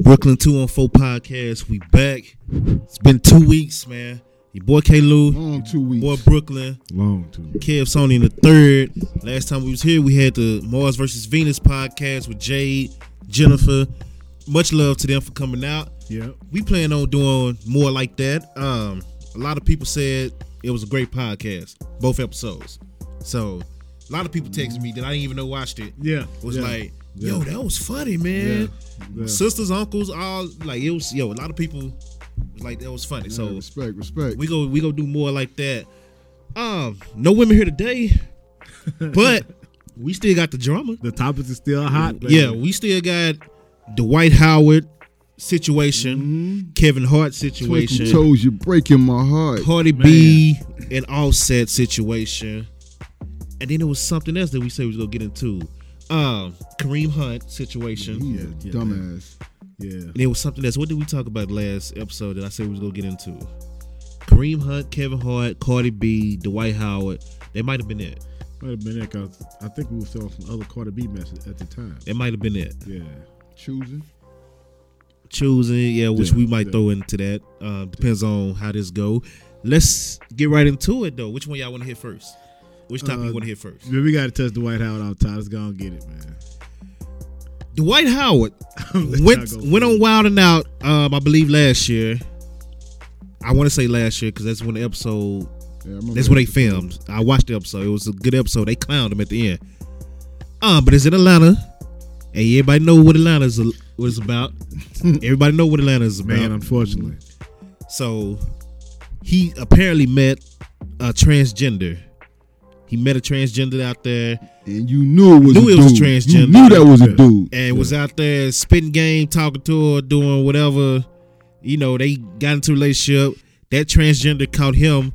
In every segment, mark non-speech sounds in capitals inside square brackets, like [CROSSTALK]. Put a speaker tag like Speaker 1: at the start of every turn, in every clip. Speaker 1: Brooklyn 214 podcast. We back. It's been two weeks, man. Your boy K Lou,
Speaker 2: Long two weeks.
Speaker 1: boy Brooklyn,
Speaker 2: Long two weeks.
Speaker 1: Kev Sony in the third. Last time we was here, we had the Mars versus Venus podcast with Jade, Jennifer. Much love to them for coming out.
Speaker 2: Yeah.
Speaker 1: We plan on doing more like that. Um, a lot of people said it was a great podcast, both episodes. So a lot of people texted me that I didn't even know watched it.
Speaker 2: Yeah.
Speaker 1: was
Speaker 2: yeah.
Speaker 1: like,
Speaker 2: Yeah.
Speaker 1: yo, that was funny, man.
Speaker 2: Yeah.
Speaker 1: Sisters, uncles, all like it was. Yo, a lot of people was like that was funny.
Speaker 2: Yeah,
Speaker 1: So
Speaker 2: respect, respect.
Speaker 1: we go, we go do more like that. Um, no women here
Speaker 2: [LAUGHS]
Speaker 1: today, but we still got the drama.
Speaker 3: The topics is still hot. baby.
Speaker 1: Yeah, we still got Dwight Howard situation,
Speaker 2: Mm-hmm.
Speaker 1: Kevin Hart
Speaker 2: Twinkle
Speaker 1: situation,
Speaker 2: toes, you're breaking my heart.
Speaker 1: Cardi B and Offset situation, and then there was something else that we said we was gonna get into. Um, Kareem Hunt situation.
Speaker 2: He's
Speaker 3: Yeah,
Speaker 2: a
Speaker 3: yeah,
Speaker 2: dumbass.
Speaker 3: Yeah.
Speaker 1: And it was something else. What did we talk about last episode that I said we was gonna get into? Kareem Hunt, Kevin Hart, Cardi B, Dwight Howard. That might have been it.
Speaker 3: Might have been that because I think we were selling some other Carter B messages at the time.
Speaker 1: That might have been it.
Speaker 3: Yeah.
Speaker 2: Choosing.
Speaker 1: Choosing, yeah, which
Speaker 3: Yeah,
Speaker 1: we might
Speaker 3: yeah.
Speaker 1: throw into that. Uh, depends on how this go. Let's get right into it though. Which one y'all want to hit first? Which topic
Speaker 3: Uh,
Speaker 1: you want to hit first?
Speaker 3: Man, we got to touch the White House off top. Let's go and get it, man.
Speaker 1: Dwight
Speaker 3: [LAUGHS]
Speaker 1: Howard
Speaker 3: Let's
Speaker 1: went
Speaker 3: not go
Speaker 1: went
Speaker 3: for
Speaker 1: on
Speaker 3: it.
Speaker 1: Wild and Out. Um, I believe last year. I want to say last year because that's when the episode
Speaker 2: Yeah, I remember
Speaker 1: That's
Speaker 2: that.
Speaker 1: what they filmed. I watched the episode. It was a good episode. They clowned him at the end. Um, but it's in Atlanta, and everybody know what Atlanta is what it's
Speaker 3: [LAUGHS]
Speaker 1: about. everybody know what Atlanta is about.
Speaker 3: Man, unfortunately.
Speaker 1: so he apparently met a transgender. He met a transgender out there
Speaker 2: And you knew it was
Speaker 1: Knew
Speaker 2: a
Speaker 1: it was
Speaker 2: dude. You
Speaker 1: transgender.
Speaker 2: knew that was a
Speaker 3: Yeah.
Speaker 2: dude.
Speaker 1: and was out there spitting game, talking to her, doing whatever. You know, they got into a relationship. That transgender caught him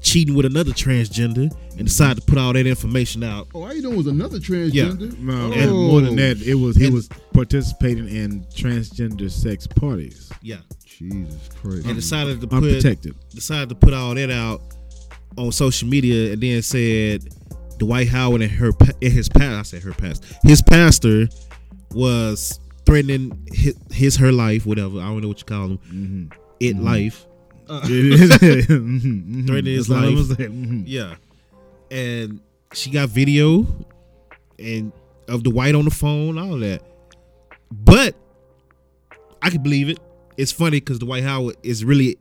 Speaker 1: cheating with another transgender and decided to put all that information out.
Speaker 2: Oh, all you doing was another transgender.
Speaker 3: No,
Speaker 2: oh.
Speaker 3: and more than that, it was he
Speaker 1: And-
Speaker 3: was participating in transgender sex parties.
Speaker 1: Yeah.
Speaker 2: Jesus Christ.
Speaker 1: and decided to put [LAUGHS]
Speaker 3: Unprotected. [LAUGHS]
Speaker 1: decided to put all that out on social media, and then said Dwight Howard and her pa- and his past. I said her past. His pastor was threatening his, his her life, whatever. I don't know what you call him. It life.
Speaker 3: Threatening
Speaker 1: his life.
Speaker 3: Mm-hmm.
Speaker 1: Yeah, and she got video and of Dwight on the phone, all that. But I can believe it. It's funny because Dwight Howard is really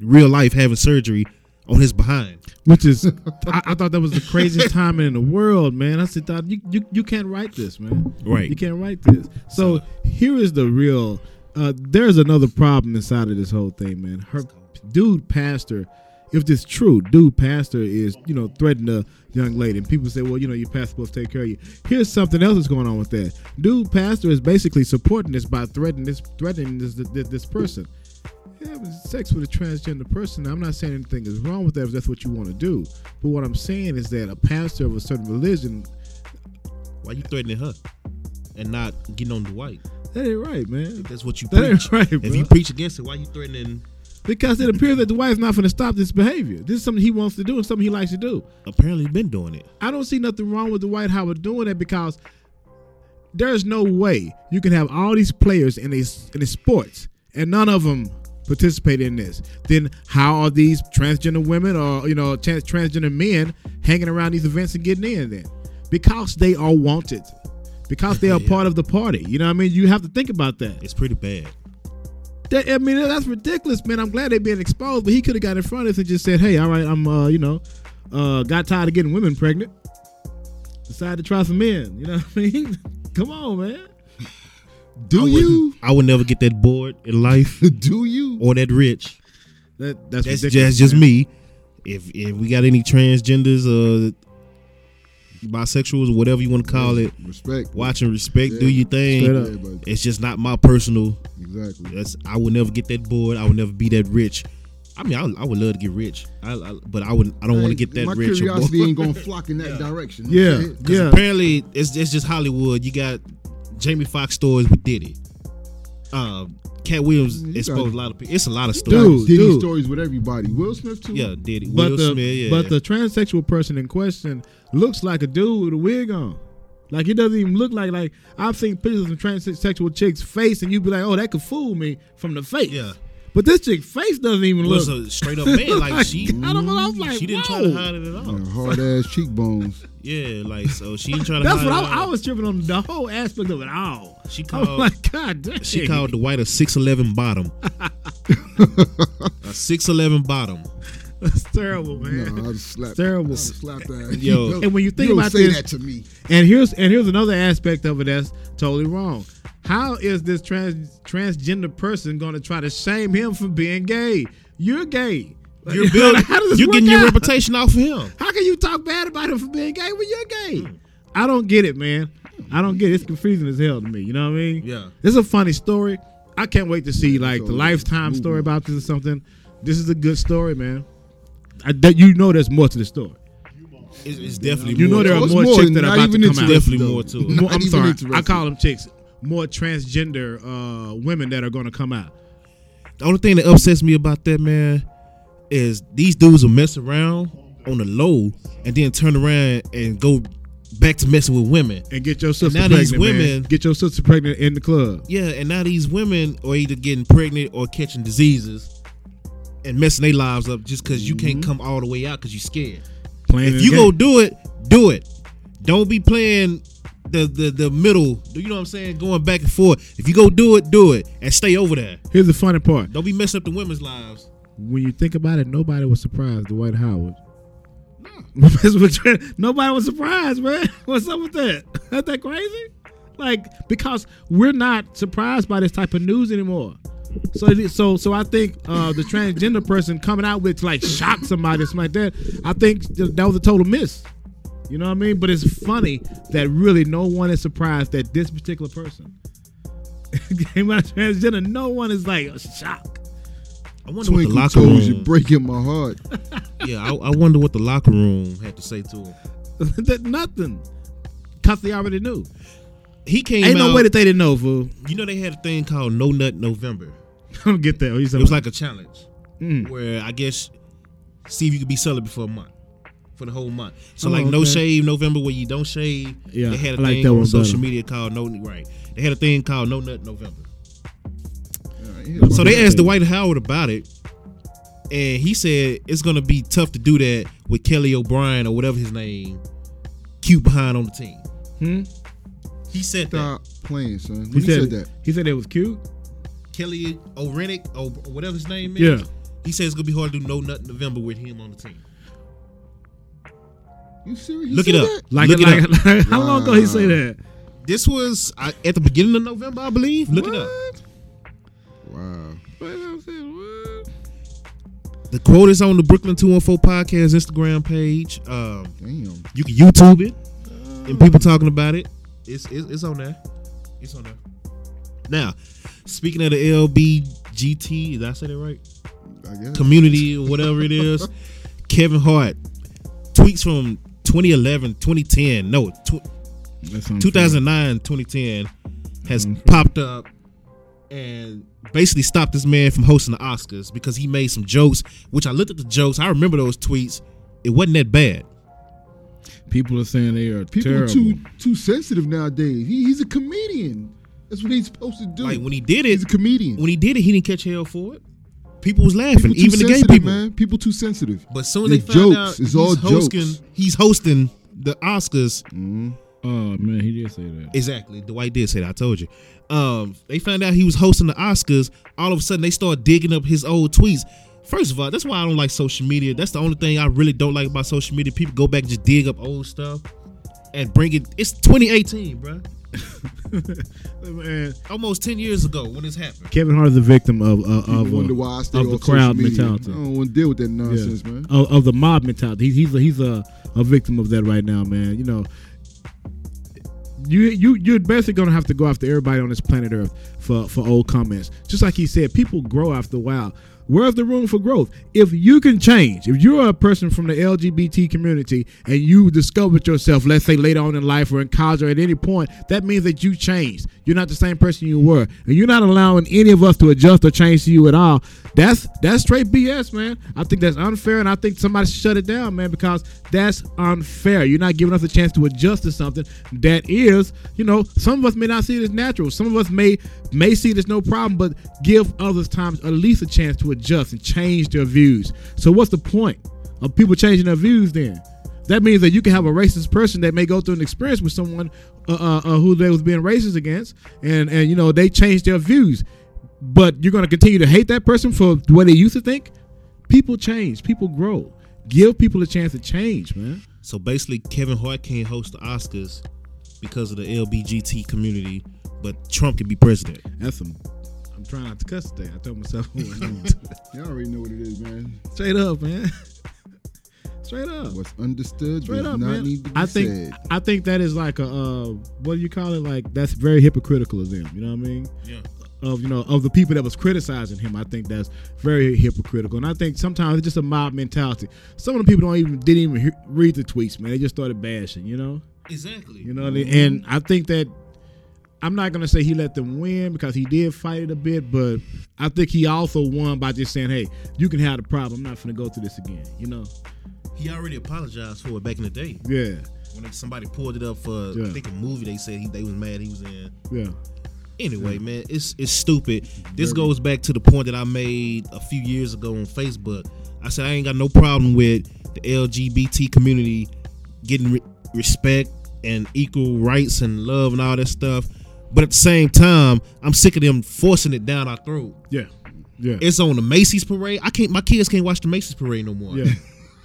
Speaker 1: real life having surgery on his behind.
Speaker 3: Which is, I, I thought that was the craziest timing in the world, man. I said, "Dawg, you, you, you can't write this, man.
Speaker 1: Right.
Speaker 3: You can't write this. So here is the real, uh, there's another problem inside of this whole thing, man. Her dude pastor, if this true, dude pastor is, you know, threatening a young lady. And people say, well, you know, your pastor's supposed to take care of you. Here's something else that's going on with that. Dude pastor is basically supporting this by threatening this, threatening this, this, this person having sex with a transgender person, I'm not saying anything is wrong with that if that's what you want to do. But what I'm saying is that a pastor of a certain religion,
Speaker 1: Why you threatening her and not getting on Dwight?
Speaker 3: that ain't right, man.
Speaker 1: That's what you
Speaker 3: That
Speaker 1: preach.
Speaker 3: ain't right, bro.
Speaker 1: If you preach against it, why you threatening?
Speaker 3: because it appears that the wife's not going to stop this behavior. This is something he wants to do and something he likes to do.
Speaker 1: Apparently, been doing it.
Speaker 3: I don't see nothing wrong with the White Howard doing that because there's no way you can have all these players in these in the sports and none of them participate in this. Then how are these transgender women or you know trans- transgender men hanging around these events and getting in then? Because they are wanted. Because they are
Speaker 1: Yeah.
Speaker 3: part of the party. You know what I mean? You have to think about that.
Speaker 1: It's pretty bad.
Speaker 3: That- I mean, that's ridiculous, man. I'm glad they're being exposed, but he could have got in front of us and just said, "Hey, all right, I'm, uh, you know, uh, got tired of getting women pregnant. Decided to try some men. You know what I mean? [LAUGHS] Come on, man.
Speaker 2: do
Speaker 1: I
Speaker 2: you?
Speaker 1: I would never get that bored in
Speaker 2: [LAUGHS]
Speaker 1: life
Speaker 2: Do you?
Speaker 1: or that rich.
Speaker 3: That that's,
Speaker 1: That's
Speaker 3: ridiculous.
Speaker 1: just, that's just
Speaker 3: man.
Speaker 1: me. If if we got any transgenders or bisexuals, whatever you want to call it,
Speaker 2: Respect.
Speaker 1: watch and respect, do
Speaker 2: Yeah.
Speaker 1: your
Speaker 3: Straight
Speaker 1: thing.
Speaker 3: up.
Speaker 2: Everybody.
Speaker 1: It's just not my personal.
Speaker 2: Exactly.
Speaker 1: That's I would never get that bored. I would never be that rich. I mean, I, I would love to get rich, I, I, but I would. I don't want to
Speaker 2: Hey,
Speaker 1: get that
Speaker 2: My
Speaker 1: rich. or bored.
Speaker 2: curiosity ain't
Speaker 1: [LAUGHS]
Speaker 2: gonna flock in that direction.
Speaker 3: Yeah,
Speaker 2: Okay?
Speaker 1: Because
Speaker 3: yeah.
Speaker 1: apparently it's, it's just Hollywood. You got Jamie Foxx stories with Diddy. Um, Cat
Speaker 3: Mm,
Speaker 1: Williams
Speaker 2: You
Speaker 1: exposed
Speaker 2: got-
Speaker 1: a lot of people. It's a lot of
Speaker 2: Dude,
Speaker 1: stories.
Speaker 3: Dude,
Speaker 2: did these
Speaker 3: dude.
Speaker 2: stories with everybody. Will Smith too.
Speaker 1: Yeah, Diddy.
Speaker 3: But
Speaker 1: Will
Speaker 3: the
Speaker 1: Smith. Yeah,
Speaker 3: but the transsexual person in question looks like a dude with a wig on. Like it doesn't even look like like I've seen pictures of transsexual chicks' face, and you'd be like, oh, that could fool me from the face.
Speaker 1: Yeah.
Speaker 3: But this chick face doesn't even
Speaker 1: was
Speaker 3: look.
Speaker 1: a straight up man. Like she,
Speaker 3: [LAUGHS] I don't know. I was like,
Speaker 1: she didn't try
Speaker 3: whoa.
Speaker 1: to hide it at all.
Speaker 2: Yeah, hard ass cheekbones.
Speaker 1: Yeah, like so she didn't try to.
Speaker 3: That's
Speaker 1: hide
Speaker 3: what
Speaker 1: it at
Speaker 3: I, I
Speaker 1: all.
Speaker 3: was tripping on the whole aspect of it all.
Speaker 1: Uh-huh. She
Speaker 3: I was
Speaker 1: called.
Speaker 3: like, God damn.
Speaker 1: She called the white a six eleven
Speaker 3: [LAUGHS]
Speaker 1: bottom. a six eleven bottom.
Speaker 3: That's terrible, man.
Speaker 2: No, I just slapped.
Speaker 3: Terrible.
Speaker 2: I just slapped that.
Speaker 1: Yo.
Speaker 3: And when you think
Speaker 2: don't
Speaker 3: about
Speaker 2: say
Speaker 3: this-
Speaker 2: that to me.
Speaker 3: And here's and here's another aspect of it that's totally wrong. How is this trans transgender person going to try to shame him for being gay? You're gay.
Speaker 1: You're building.
Speaker 3: [LAUGHS] How does this
Speaker 1: you're
Speaker 3: work
Speaker 1: getting your
Speaker 3: out?
Speaker 1: reputation off of him.
Speaker 3: How can you talk bad about him for being gay when you're gay? I don't get it, man. I don't get it. It's confusing as hell to me. You know what I mean?
Speaker 1: Yeah.
Speaker 3: It's a funny story. I can't wait to see like the
Speaker 2: So,
Speaker 3: lifetime
Speaker 2: moving
Speaker 3: story
Speaker 2: on.
Speaker 3: about this or something. This is a good story, man. I, that you know there's more to the story.
Speaker 1: It's, it's definitely.
Speaker 3: You know
Speaker 1: more
Speaker 3: there
Speaker 1: to
Speaker 3: are
Speaker 1: it.
Speaker 2: What's
Speaker 3: more
Speaker 2: more
Speaker 3: chicks
Speaker 2: than
Speaker 3: that are
Speaker 2: not
Speaker 3: about to
Speaker 2: even
Speaker 3: come
Speaker 2: into
Speaker 3: out.
Speaker 2: the-
Speaker 1: definitely more to it.
Speaker 2: Not
Speaker 3: More- I'm
Speaker 2: even
Speaker 3: sorry.
Speaker 2: interested.
Speaker 3: I call them chicks. More transgender uh, women that are going to come out.
Speaker 1: The only thing that upsets me about that man is these dudes will mess around on the low and then turn around and go back to messing with women.
Speaker 3: And get your sister
Speaker 1: now
Speaker 3: pregnant.
Speaker 1: these women-
Speaker 3: man. Get your sister pregnant in the club.
Speaker 1: Yeah, and now these women are either getting pregnant or catching diseases and messing their lives up just because you
Speaker 2: Mm-hmm.
Speaker 1: can't come all the way out because you're scared.
Speaker 3: Playing
Speaker 1: if you go do it, do it. Don't be playing the, the the middle. Do you know what I'm saying? Going back and forth. If you go do it, do it and stay over there.
Speaker 3: Here's the funny part.
Speaker 1: Don't be messing up the women's lives.
Speaker 3: When you think about it, nobody was surprised Dwight Howard. [LAUGHS] That's what you're- nobody was surprised, man. [LAUGHS] What's up with that? Isn't that crazy? Like because we're not surprised by this type of news anymore. So it is- so so I think uh, the transgender person coming out with to, like shock somebody or something like that. I think th- that was a total miss. You know what I mean? But it's funny that really no one is surprised that this particular person [LAUGHS] came out transgender. No one is like shocked.
Speaker 1: I wonder what the
Speaker 2: Twinkle
Speaker 1: locker
Speaker 2: toes, you're
Speaker 1: room.
Speaker 2: breaking my heart.
Speaker 1: Yeah, I, I wonder what the locker room had to say to him.
Speaker 3: [LAUGHS] that nothing. Cause they already knew.
Speaker 1: He came
Speaker 3: Ain't
Speaker 1: out.
Speaker 3: no way that they didn't know, fool.
Speaker 1: you know they had a thing called No Nut November.
Speaker 3: I [LAUGHS] don't get that. What you
Speaker 1: It
Speaker 3: said
Speaker 1: was like a challenge
Speaker 3: Mm.
Speaker 1: where I guess see if you could be celibate for a month, for the whole month. So
Speaker 3: Oh,
Speaker 1: like no
Speaker 3: okay.
Speaker 1: shave November where you don't shave.
Speaker 3: Yeah,
Speaker 1: they had a
Speaker 3: I like
Speaker 1: thing
Speaker 3: that
Speaker 1: on
Speaker 3: one
Speaker 1: social
Speaker 3: better.
Speaker 1: media called No Right. They had a thing called No Nut November.
Speaker 2: Yeah,
Speaker 1: So
Speaker 3: Well,
Speaker 1: they
Speaker 3: yeah.
Speaker 1: asked Dwight Howard about it, and he said it's gonna be tough to do that with Kelly O'Brien or whatever his name, cute behind on the team.
Speaker 3: Hmm?
Speaker 1: He said that
Speaker 2: Stop playing, son. When he said, that,
Speaker 3: He said it was cute.
Speaker 1: Kelly O'Renick or whatever his name is.
Speaker 3: Yeah.
Speaker 1: He said it's gonna be hard to do No Nut November with him on the team.
Speaker 2: you serious? He
Speaker 1: Look it
Speaker 2: said
Speaker 1: up.
Speaker 2: that?
Speaker 3: Like,
Speaker 1: Look it
Speaker 3: like,
Speaker 1: up.
Speaker 3: like- [LAUGHS] how long ago he say that?
Speaker 1: This was uh, at the beginning of November, I believe. Look it up.
Speaker 2: Wow.
Speaker 1: The quote is on the Brooklyn 214 podcast Instagram page. Um,
Speaker 2: Damn.
Speaker 1: you can YouTube it, and people talking about it. It's, it's it's on there. It's on there. Now, speaking of the LBGT, did I say that right?
Speaker 2: I guess.
Speaker 1: Community or whatever it [LAUGHS] is. Kevin Hart tweets from 2011, 2010, no, tw-
Speaker 3: That's
Speaker 2: Mhm.
Speaker 3: unfair.
Speaker 1: 2009, 2010 has popped up and basically stopped this man from hosting the Oscars because he made some jokes, which I looked at the jokes. I remember those tweets. It wasn't that bad.
Speaker 3: People are saying they are
Speaker 2: People
Speaker 3: terrible.
Speaker 2: are too too sensitive nowadays. He, he's a comedian. That's what he's supposed to do.
Speaker 1: Like when he did
Speaker 2: he's
Speaker 1: it,
Speaker 2: a comedian.
Speaker 1: when he did it, he didn't catch hell for it. People was laughing,
Speaker 2: People too
Speaker 1: even the gay
Speaker 2: sensitive,
Speaker 1: people.
Speaker 2: man. People too sensitive.
Speaker 1: But soon as
Speaker 2: Your
Speaker 1: they found
Speaker 2: jokes
Speaker 1: out
Speaker 2: is
Speaker 1: he's
Speaker 2: all
Speaker 1: hosting,
Speaker 2: jokes.
Speaker 1: he's hosting the Oscars.
Speaker 3: oh man, he did say that.
Speaker 1: Exactly, Dwight did say that. I told you. Um, they found out he was hosting the Oscars. All of a sudden, they start digging up his old tweets. First of all, that's why I don't like social media. That's the only thing I really don't like about social media. People go back and just dig up old stuff and bring it. It's 2018, bro.
Speaker 3: Man,
Speaker 1: Almost 10 years ago when this happened.
Speaker 3: Kevin Hart is a victim of uh,
Speaker 2: People
Speaker 3: of, uh,
Speaker 2: wonder why I stay
Speaker 3: of the
Speaker 2: off
Speaker 3: crowd
Speaker 2: social media.
Speaker 3: mentality.
Speaker 2: I don't want to deal with that
Speaker 3: Yeah.
Speaker 2: nonsense, man.
Speaker 3: Of, of the mob mentality. He's he's a, he's a, a victim of that right now, man. You know, you you you're basically gonna have to go after everybody on this planet Earth for for old comments. Just like he said, people grow after a while. Where is the room for growth? If you can change, if you're a person from the LGBT community and you discovered yourself, let's say later on in life or in college or at any point, that means that you changed. You're not the same person you were, and you're not allowing any of us to adjust or change to you at all. That's that's straight BS, man. I think that's unfair, and I think somebody should shut it down, man, because that's unfair. You're not giving us a chance to adjust to something that is, you know, some of us may not see it as natural. Some of us may may see it as no problem, but give others times at least a chance to adjust and change their views. So what's the point of people changing their views then? That means that you can have a racist person that may go through an experience with someone uh, uh, uh, who they was being racist against, and and you know they change their views, but you're gonna continue to hate that person for the way they used to think. People change, people grow. Give people a chance to change, man.
Speaker 1: So basically, Kevin Hart can't host the Oscars because of the LBGT community, but Trump can be president.
Speaker 3: That's some. I'm trying not to cuss today. I told myself [LAUGHS]
Speaker 2: Y'all already know what it is, man.
Speaker 3: straight up, man. [LAUGHS] straight up.
Speaker 2: What's understood
Speaker 3: Straight
Speaker 2: does
Speaker 3: up,
Speaker 2: not
Speaker 3: man.
Speaker 2: need to be
Speaker 3: I think
Speaker 2: said.
Speaker 3: I think that is like a uh, what do you call it? Like that's very hypocritical of them. You know what I mean?
Speaker 1: Yeah.
Speaker 3: Of you know of the people that was criticizing him, I think that's very hypocritical. And I think sometimes it's just a mob mentality. Some of the people don't even didn't even he- read the tweets, man. They just started bashing. You know.
Speaker 1: Exactly.
Speaker 3: You know what I mean? And I think that I'm not gonna say he let them win because he did fight it a bit, but I think he also won by just saying, "Hey, you can have the problem. I'm not gonna go through this again." You know?
Speaker 1: he already apologized for it back in the day
Speaker 3: Yeah,
Speaker 1: when somebody pulled it up for I
Speaker 3: Yeah.
Speaker 1: think a movie. They said he, they was mad he was in.
Speaker 3: yeah,
Speaker 1: Anyway, man, it's it's stupid. This
Speaker 3: Very-
Speaker 1: goes back to the point that I made a few years ago on Facebook. I said I ain't got no problem with the LGBT community getting re- respect and equal rights and love and all that stuff. But at the same time, I'm sick of them forcing it down our throat.
Speaker 3: yeah, yeah.
Speaker 1: It's on the Macy's parade. I can't. My kids can't watch the Macy's parade no more.
Speaker 3: Yeah,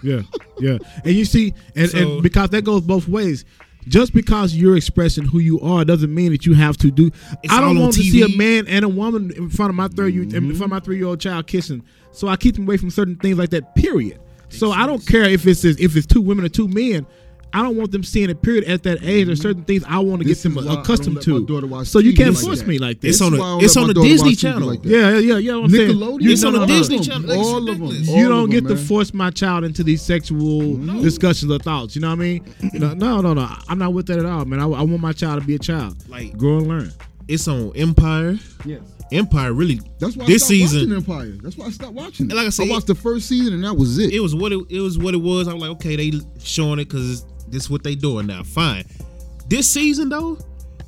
Speaker 3: yeah, yeah. And you see, and,
Speaker 1: So-
Speaker 3: and because that goes both ways. Just because you're expressing who you are doesn't mean that you have to do.
Speaker 1: It's
Speaker 3: I don't
Speaker 1: all on
Speaker 3: want to see a
Speaker 1: TV.
Speaker 3: man and a woman in front of my 3rd year
Speaker 2: Mm-hmm.
Speaker 3: in front of my three year old child kissing. So I keep them away from certain things like that. Period. So I don't care if it's if it's two women or two men. I don't want them seeing it. Period. At that age, there's certain things I want
Speaker 2: Mm-hmm.
Speaker 3: to
Speaker 2: This
Speaker 3: get them
Speaker 2: is why I don't
Speaker 3: accustomed
Speaker 2: let my daughter
Speaker 3: to.
Speaker 2: watch
Speaker 3: So you
Speaker 2: TV
Speaker 3: can't
Speaker 2: like
Speaker 3: force
Speaker 2: that.
Speaker 3: me like
Speaker 1: It's
Speaker 3: this.
Speaker 1: on
Speaker 2: That's why I
Speaker 1: a
Speaker 2: don't
Speaker 1: it's
Speaker 2: let
Speaker 1: on
Speaker 2: my
Speaker 1: a
Speaker 2: daughter
Speaker 1: Disney
Speaker 2: watch TV
Speaker 1: channel.
Speaker 2: like that.
Speaker 3: yeah, yeah, yeah. yeah I'm saying-
Speaker 2: Nickelodeon.
Speaker 3: You
Speaker 1: It's on
Speaker 3: know-
Speaker 1: the
Speaker 3: uh-uh.
Speaker 1: Disney Channel. Like, it's
Speaker 2: All of them.
Speaker 1: ridiculous.
Speaker 2: All
Speaker 3: you
Speaker 2: of
Speaker 3: don't
Speaker 2: them,
Speaker 3: get to
Speaker 2: man.
Speaker 3: force my child into these sexual discussions or thoughts. You know what I mean? You know, no, no, no. I'm not with that at all, man. I, I want my child to be a child,
Speaker 1: Like
Speaker 3: grow and learn.
Speaker 1: it's on Empire.
Speaker 2: Yes.
Speaker 1: Empire really
Speaker 2: That's why
Speaker 1: this
Speaker 2: I stopped
Speaker 1: season
Speaker 2: watching Empire. That's why I stopped watching. It.
Speaker 1: And like I said,
Speaker 2: I watched the first season and that was it.
Speaker 1: it was what it, it was what it was. I was like, okay, they showing it because this is what they doing now. Fine. This season though,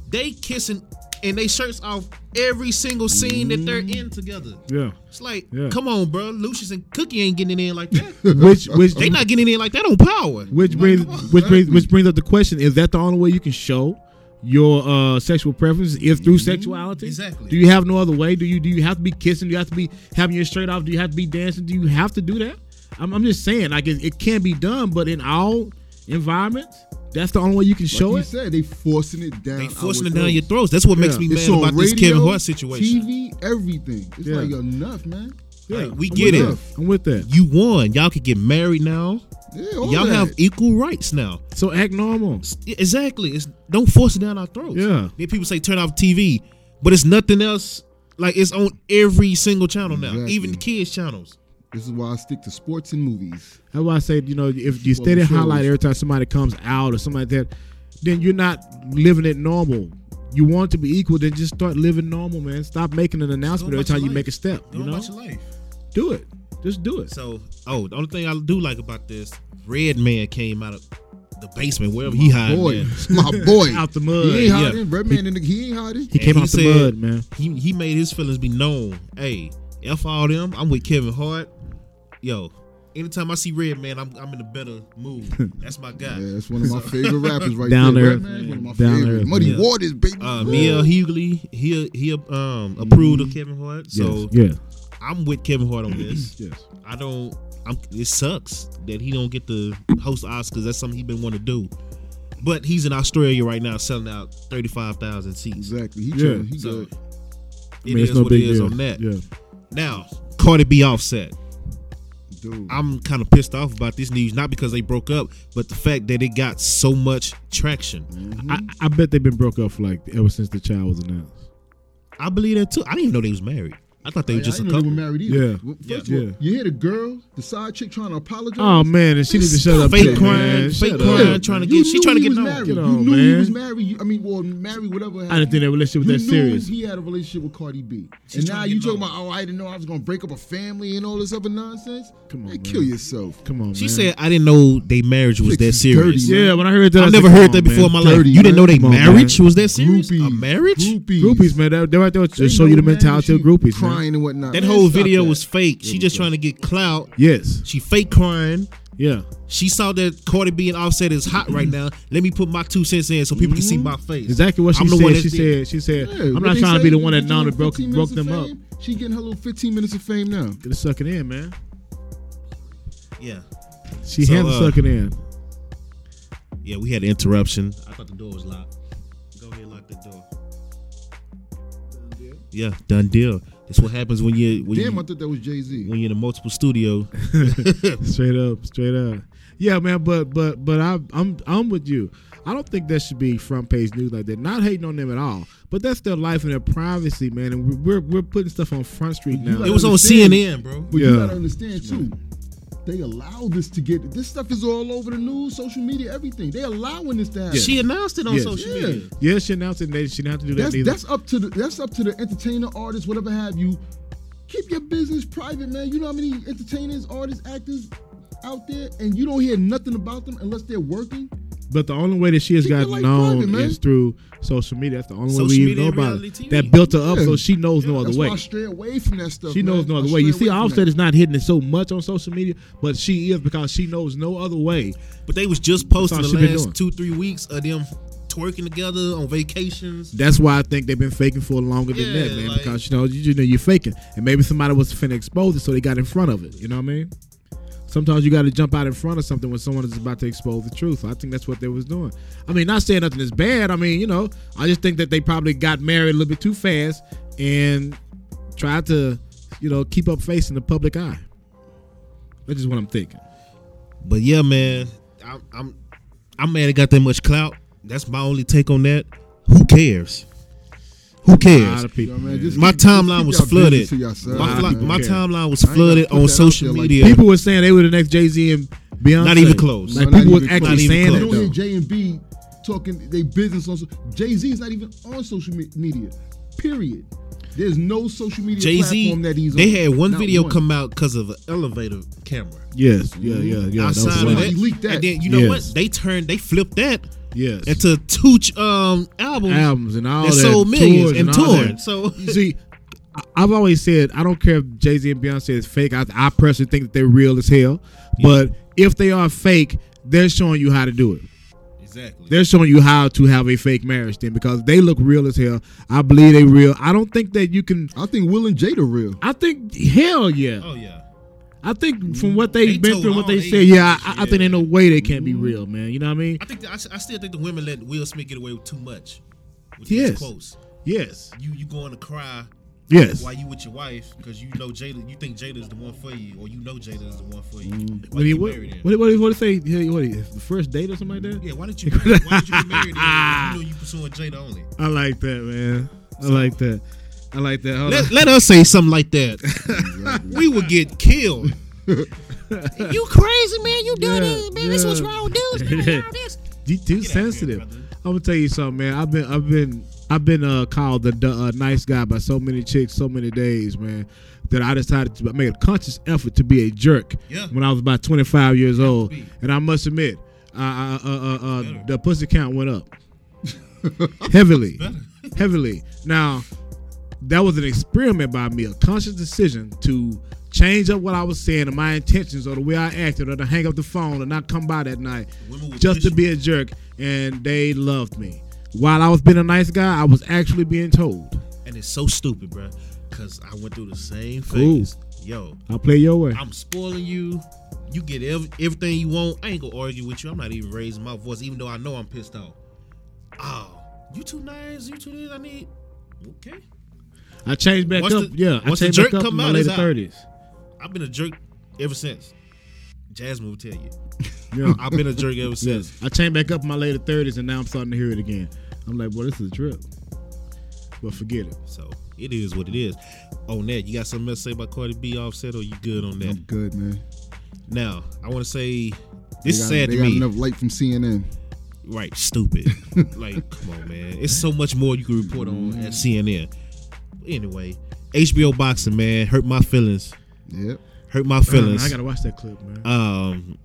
Speaker 1: they kissing and they shirts off every single scene that they're in together.
Speaker 2: [LAUGHS]
Speaker 3: Yeah.
Speaker 1: It's like,
Speaker 3: Yeah.
Speaker 1: come on, bro. Lucius and Cookie ain't getting in like that.
Speaker 3: Which which
Speaker 1: they not getting in like that on Power.
Speaker 3: which brings which brings which brings up the question: Is that the only way you can show your uh, sexual preference? If
Speaker 2: Mm-hmm.
Speaker 3: through sexuality,
Speaker 1: exactly.
Speaker 3: Do you have no other way? Do you do you have to be kissing? Do you have to be having your straight off? Do you have to be dancing? Do you have to do that? I'm, I'm just saying, like it, it can be done, but in all environments, that's the only way you can
Speaker 2: like
Speaker 3: show
Speaker 2: you
Speaker 3: it.
Speaker 2: said they forcing it down.
Speaker 1: They
Speaker 2: our
Speaker 1: forcing it down
Speaker 2: throats.
Speaker 1: your throats. That's what makes
Speaker 3: Yeah.
Speaker 1: me
Speaker 2: It's
Speaker 1: mad
Speaker 2: on
Speaker 1: about
Speaker 2: radio,
Speaker 1: this Kevin Hart situation.
Speaker 2: TV, everything. It's
Speaker 3: Yeah.
Speaker 2: like enough, man.
Speaker 1: Like, we
Speaker 3: I'm
Speaker 1: get
Speaker 3: with
Speaker 1: it.
Speaker 3: that. I'm with that.
Speaker 1: You won. Y'all could get married now.
Speaker 2: Yeah, all
Speaker 1: Y'all
Speaker 2: that.
Speaker 1: have e- equal rights now.
Speaker 3: So act normal.
Speaker 1: Yeah, Exactly. It's don't force it down our throats.
Speaker 3: Yeah.
Speaker 1: Then people say turn off TV, but it's nothing else. Like it's on every single channel now,
Speaker 2: Exactly.
Speaker 1: even the kids channels.
Speaker 2: This is why I stick to sports and movies.
Speaker 3: That's why I say, you know, if you
Speaker 2: Well,
Speaker 3: stay there
Speaker 2: it
Speaker 3: highlight
Speaker 2: shows.
Speaker 3: every time somebody comes out or something like that, then you're not living it normal. You want it to be equal, then just start living normal, man. Stop making an announcement every
Speaker 1: about your
Speaker 3: time you
Speaker 1: life.
Speaker 3: make a step.
Speaker 1: Go
Speaker 3: You
Speaker 1: on
Speaker 3: know,
Speaker 1: about your life.
Speaker 3: do it. Just do it.
Speaker 1: So, oh, the only thing I do like about this, Red Man came out of the basement wherever he hiding.
Speaker 2: boy,
Speaker 1: at.
Speaker 3: [LAUGHS]
Speaker 2: my boy.
Speaker 3: Out the mud.
Speaker 2: He ain't
Speaker 1: Ah, Yeah.
Speaker 2: hiding. Red man in the he ain't hiding.
Speaker 3: He came
Speaker 1: he
Speaker 3: out the
Speaker 1: said-
Speaker 3: mud, man.
Speaker 1: He he made his feelings be known. Hey, f all them. I'm with Kevin Hart. Yo, anytime I see Red Man, I'm I'm in a better mood. That's my guy.
Speaker 2: Yeah, that's one of my favorite rappers right
Speaker 3: Down
Speaker 2: there.
Speaker 3: to
Speaker 2: Red
Speaker 3: earth,
Speaker 2: Man,
Speaker 3: man.
Speaker 2: One of my
Speaker 3: Down to
Speaker 2: favorites.
Speaker 3: earth,
Speaker 2: Muddy
Speaker 1: yeah.
Speaker 2: Waters, baby.
Speaker 1: Uh, Mia Hughley, he he um approved of Kevin Hart. So
Speaker 3: yes.
Speaker 1: I'm with Kevin Hart on this.
Speaker 3: yeah, yes.
Speaker 1: I don't. I'm, it sucks that he don't get to host Oscars. That's something he been wanting to do, but he's in Australia right now selling out thirty five thousand seats.
Speaker 2: Exactly. He
Speaker 3: Yeah.
Speaker 2: yeah. He
Speaker 1: So
Speaker 2: good.
Speaker 1: it is
Speaker 3: I mean, it's no
Speaker 1: what it
Speaker 3: big
Speaker 1: is
Speaker 3: deal.
Speaker 1: on that.
Speaker 3: Yeah.
Speaker 1: Now Cardi B offset.
Speaker 2: Dude.
Speaker 1: I'm kind of pissed off about this news, not because they broke up, but the fact that it got so much traction.
Speaker 3: I, I bet they've been broke up for like ever since the child was announced.
Speaker 1: I believe that too. I didn't even know they was married. I thought they
Speaker 3: Oh,
Speaker 1: were
Speaker 2: Like,
Speaker 1: just
Speaker 2: I
Speaker 1: a
Speaker 2: didn't know
Speaker 1: couple.
Speaker 2: they were married either.
Speaker 3: Yeah.
Speaker 2: Well, First
Speaker 3: Yeah.
Speaker 2: of all,
Speaker 3: Yeah.
Speaker 2: you hear the girl, the side chick trying to apologize.
Speaker 3: Oh man, and she need to shut up.
Speaker 1: Fake
Speaker 3: too,
Speaker 1: crying,
Speaker 3: man.
Speaker 1: fake
Speaker 3: Shut
Speaker 1: crying,
Speaker 3: up,
Speaker 1: trying to
Speaker 3: man.
Speaker 1: get- she
Speaker 2: knew
Speaker 1: trying to get
Speaker 2: he was
Speaker 1: known.
Speaker 2: married.
Speaker 3: Get
Speaker 2: you
Speaker 3: on,
Speaker 2: knew
Speaker 3: man.
Speaker 2: he was married. You, I mean, well, married, whatever.
Speaker 3: I didn't think that relationship was that
Speaker 2: you knew
Speaker 3: serious.
Speaker 2: He had a relationship with Cardi B,
Speaker 1: She's
Speaker 2: and
Speaker 1: trying
Speaker 2: now
Speaker 1: to
Speaker 2: you
Speaker 1: get
Speaker 2: talking
Speaker 1: known.
Speaker 2: about oh, I didn't know I was gonna break up a family and all this other nonsense.
Speaker 3: Come on,
Speaker 2: man,
Speaker 3: man.
Speaker 2: kill yourself.
Speaker 3: Come on,
Speaker 1: She
Speaker 3: man.
Speaker 1: said, "I didn't know they marriage was
Speaker 2: Chicks
Speaker 1: that
Speaker 2: is dirty,
Speaker 1: serious."
Speaker 3: "Yeah." When I heard that, I
Speaker 1: I've
Speaker 3: said,
Speaker 1: never
Speaker 3: "Come
Speaker 1: heard
Speaker 3: on,
Speaker 1: that before
Speaker 3: man."
Speaker 1: in my life.
Speaker 2: Dirty,
Speaker 1: You didn't know
Speaker 2: man.
Speaker 1: they
Speaker 3: Come on,
Speaker 1: marriage
Speaker 3: man.
Speaker 1: was that serious?
Speaker 2: Groupies,
Speaker 1: A marriage?
Speaker 2: Groupies.
Speaker 3: Groupies, man. That, that right there
Speaker 2: They
Speaker 3: just show you the
Speaker 2: know, man,
Speaker 3: mentality of
Speaker 2: she
Speaker 3: groupies,
Speaker 2: Crying
Speaker 3: man.
Speaker 2: and whatnot.
Speaker 1: That
Speaker 2: Man,
Speaker 1: whole
Speaker 2: stop
Speaker 1: video
Speaker 2: that.
Speaker 1: was fake. She just trying to get clout.
Speaker 3: Yes.
Speaker 1: She fake crying.
Speaker 3: Yeah.
Speaker 1: She saw that Cardi B and Offset is hot right now. Let me put my two cents in so people can see my face.
Speaker 3: Exactly what she
Speaker 1: I'm the one
Speaker 3: said.
Speaker 1: that
Speaker 3: She
Speaker 1: did-
Speaker 3: said. She said.
Speaker 2: Yeah,
Speaker 3: I'm
Speaker 2: what
Speaker 3: not
Speaker 2: they
Speaker 3: trying to
Speaker 2: say,
Speaker 3: be the one that
Speaker 2: you
Speaker 3: known
Speaker 2: doing
Speaker 3: it broke
Speaker 2: 15
Speaker 3: broke
Speaker 2: minutes
Speaker 3: them
Speaker 2: of
Speaker 3: up.
Speaker 2: fame? She getting her little 15 minutes of fame now.
Speaker 3: Get to suck it in, man.
Speaker 1: Yeah,
Speaker 3: She
Speaker 1: So,
Speaker 3: had to
Speaker 1: uh,
Speaker 3: suck it in.
Speaker 1: yeah. We had an interruption. I thought the door was locked. Go ahead, lock the door. Yeah, done deal. That's what happens when you when
Speaker 2: Damn, I
Speaker 1: you
Speaker 2: thought that was Jay Z.
Speaker 1: when you're in a multiple studio.
Speaker 3: straight up, straight up. Yeah, man. But but but I, I'm I'm with you. I don't think that should be front page news like that. Not hating on them at all, but that's their life and their privacy, man. And we're we're putting stuff on Front Street now.
Speaker 1: It was on
Speaker 2: understand.
Speaker 1: CNN, bro.
Speaker 2: But
Speaker 3: Yeah.
Speaker 2: you gotta understand too, they allow this to get this stuff is all over the news, social media, everything. They allowing this to happen.
Speaker 1: She announced it on
Speaker 3: Yes.
Speaker 1: social
Speaker 2: Yeah.
Speaker 1: media.
Speaker 3: yeah, she announced it. They she didn't have to do that
Speaker 2: that's
Speaker 3: either.
Speaker 2: that's up to the that's up to the entertainer, artist, whatever have you. Keep your business private, man. You know how many entertainers, artists, actors out there, and you don't hear nothing about them unless they're working.
Speaker 3: But the only way that she has
Speaker 2: Keep your
Speaker 3: gotten
Speaker 2: life
Speaker 3: known
Speaker 2: private, man.
Speaker 3: is through social media. That's the only
Speaker 1: Social
Speaker 3: way we
Speaker 1: media
Speaker 3: even know
Speaker 1: and
Speaker 3: about it.
Speaker 1: reality TV.
Speaker 3: That built her up,
Speaker 2: Yeah.
Speaker 3: so she knows no other
Speaker 2: That's
Speaker 3: way.
Speaker 2: why I stray away from that stuff.
Speaker 3: She knows
Speaker 2: man.
Speaker 3: no
Speaker 2: I
Speaker 3: other way. You
Speaker 2: stray
Speaker 3: see,
Speaker 2: away from
Speaker 3: Offset
Speaker 2: that.
Speaker 3: is not hitting it so much on social media, but she is because she knows no other way.
Speaker 1: But they was just posting
Speaker 3: all
Speaker 1: the
Speaker 3: she been doing.
Speaker 1: last two three weeks of them twerking together on vacations.
Speaker 3: That's why I think they've been faking for longer than that,
Speaker 1: Yeah,
Speaker 3: man.
Speaker 1: like-
Speaker 3: because you know, you, you know, you're faking, and maybe somebody was finna expose it, so they got in front of it. You know what I mean? Sometimes you got to jump out in front of something when someone is about to expose the truth. I think that's what they was doing. I mean, not saying nothing is bad. I mean, you know, I just think that they probably got married a little bit too fast and tried to, you know, keep up face in the public eye. That's just what I'm thinking.
Speaker 1: But yeah, man, I'm I'm I'm mad it got that much clout. That's my only take on that. Who cares? Who
Speaker 3: A lot
Speaker 1: cares?
Speaker 3: of people,
Speaker 2: You know, man,
Speaker 3: man.
Speaker 2: just
Speaker 1: My
Speaker 2: keep- just
Speaker 1: timeline
Speaker 2: keep
Speaker 1: was
Speaker 2: y'all business
Speaker 1: flooded.
Speaker 2: to yourself,
Speaker 1: My,
Speaker 3: A lot
Speaker 1: fl-
Speaker 2: man.
Speaker 3: of people
Speaker 1: my
Speaker 3: care.
Speaker 1: timeline was
Speaker 2: I ain't gotta
Speaker 1: flooded
Speaker 2: put that
Speaker 1: on
Speaker 2: out
Speaker 1: social
Speaker 2: there like
Speaker 1: media.
Speaker 2: that.
Speaker 3: people were saying they were the next Jay Z and Beyonce.
Speaker 1: Not even close.
Speaker 3: Like
Speaker 2: No, not
Speaker 3: people was
Speaker 2: even
Speaker 3: actually
Speaker 1: close. Not even
Speaker 3: saying
Speaker 2: You
Speaker 3: that.
Speaker 2: don't
Speaker 1: close.
Speaker 3: though.
Speaker 2: hear J and B talking they business on Jay Z is not even on social me- media. Period. There's no social media
Speaker 1: Jay Z,
Speaker 2: platform that he's
Speaker 1: they
Speaker 2: on.
Speaker 1: had one
Speaker 2: Not
Speaker 1: video
Speaker 2: one.
Speaker 1: come out because of an elevator camera.
Speaker 3: Yes, yeah,
Speaker 1: Mm-hmm.
Speaker 3: yeah, yeah. that was
Speaker 1: Outside
Speaker 3: wild.
Speaker 1: of
Speaker 2: Somebody
Speaker 1: that,
Speaker 2: leaked that.
Speaker 1: and then you know
Speaker 3: Yes.
Speaker 1: what? They turned, they flipped that
Speaker 3: Yes.
Speaker 1: into two ch- um albums.
Speaker 3: albums and all
Speaker 1: that
Speaker 3: that.
Speaker 1: sold millions
Speaker 3: tours
Speaker 1: and
Speaker 3: all
Speaker 1: toured.
Speaker 3: that.
Speaker 1: So-
Speaker 3: you see, I- I've always said I don't care if Jay Z and Beyonce is fake. I, I personally think that they're real as hell. But if they are fake, they're showing you how to do it.
Speaker 1: Exactly.
Speaker 3: They're showing you how to have a fake marriage then because they look real as hell. I believe they real. I don't think that you can.
Speaker 2: I think Will and Jada real.
Speaker 3: I think hell yeah.
Speaker 1: Oh yeah.
Speaker 3: I think from what they've
Speaker 1: They
Speaker 3: been
Speaker 1: told
Speaker 3: through, what
Speaker 1: all
Speaker 3: they
Speaker 1: they
Speaker 3: said, yeah,
Speaker 1: is,
Speaker 3: I, I think
Speaker 1: yeah.
Speaker 3: there's no way they can't be real, man. You know what I mean?
Speaker 1: I think that, I, s- I still think the women let Will Smith get away with too much. With
Speaker 3: Yes.
Speaker 1: these quotes.
Speaker 3: Yes.
Speaker 1: You you going to cry
Speaker 3: Yes.
Speaker 1: while you with your wife because you know Jada, you think Jada is the one for you, or you know Jada is the one for you. Why
Speaker 3: What,
Speaker 1: you
Speaker 3: he- what,
Speaker 1: married him?
Speaker 3: what, what, what, say? yeah, What, if the first date or something like that?
Speaker 1: Yeah, why did
Speaker 3: [LAUGHS]
Speaker 1: you marry, why did you get married him? You know you pursuing Jada only.
Speaker 3: I like that, man. I like that. I like that. Hold [LAUGHS]
Speaker 1: Let, let us say something like that. [LAUGHS] we would get killed. you crazy man, you doing
Speaker 3: Yeah,
Speaker 1: this, man. This what's
Speaker 3: yeah.
Speaker 1: wrong with dudes, man. Y'all this.
Speaker 3: You too
Speaker 1: Get out of here,
Speaker 3: sensitive.
Speaker 1: brother.
Speaker 3: I'm gonna tell you something, man. I've been, I've been, I've been uh, called the du- uh, nice guy by so many chicks, so many days, man. That I decided to make a conscious effort to be a jerk
Speaker 1: Yeah.
Speaker 3: when I was about 25 years old,
Speaker 1: be.
Speaker 3: and I must admit, I, I, uh, uh, uh, the pussy count
Speaker 1: [LAUGHS]
Speaker 3: went up heavily, heavily. Now, that was an experiment by me, a conscious decision to change up what I was saying, or my intentions, or the way I acted, or to hang up the phone, or not come by that night,
Speaker 1: Women would
Speaker 3: just to
Speaker 1: push
Speaker 3: be a jerk. And they loved me. While I was being a nice guy, I was actually being told,
Speaker 1: And it's so stupid, bruh. Cause I went through the same
Speaker 3: Cool.
Speaker 1: phase. Yo,
Speaker 3: "I'll play your way."
Speaker 1: I'm spoiling you. You get ev- everything you want. I ain't gonna argue with you. I'm not even raising my voice, even though I know I'm pissed off. Oh, you too nice. You too this. I need. Okay.
Speaker 3: I changed back
Speaker 1: Once
Speaker 3: up.
Speaker 1: the-
Speaker 3: yeah, I
Speaker 1: once the
Speaker 3: changed
Speaker 1: jerk
Speaker 3: back up in
Speaker 1: come
Speaker 3: my
Speaker 1: out,
Speaker 3: late
Speaker 1: it's out.
Speaker 3: thirties.
Speaker 1: I've been a jerk ever since. Jasmine will tell you.
Speaker 3: Yeah.
Speaker 1: [LAUGHS] I've been a jerk
Speaker 2: [LAUGHS]
Speaker 1: ever since.
Speaker 3: Yes, I changed back up in my later thirties, and now I'm starting to hear it again. I'm like, "Boy, this is a trip." But forget it.
Speaker 1: So it is what it is. On that, you got something else to say about Cardi B offset or you good on that?
Speaker 2: I'm good, man.
Speaker 1: Now, I want to say
Speaker 2: They
Speaker 1: this is
Speaker 2: got,
Speaker 1: sad
Speaker 2: they
Speaker 1: to
Speaker 2: got
Speaker 1: me.
Speaker 2: enough light from CNN.
Speaker 1: Right,
Speaker 2: [LAUGHS]
Speaker 1: stupid. like, come on, man. It's so much more you can report on
Speaker 2: Mm.
Speaker 1: at CNN. Anyway, HBO boxing, man, hurt my feelings.
Speaker 2: Yep.
Speaker 1: Hurt my
Speaker 3: Man, I
Speaker 1: feelings.
Speaker 3: gotta watch that clip, man.
Speaker 1: Um,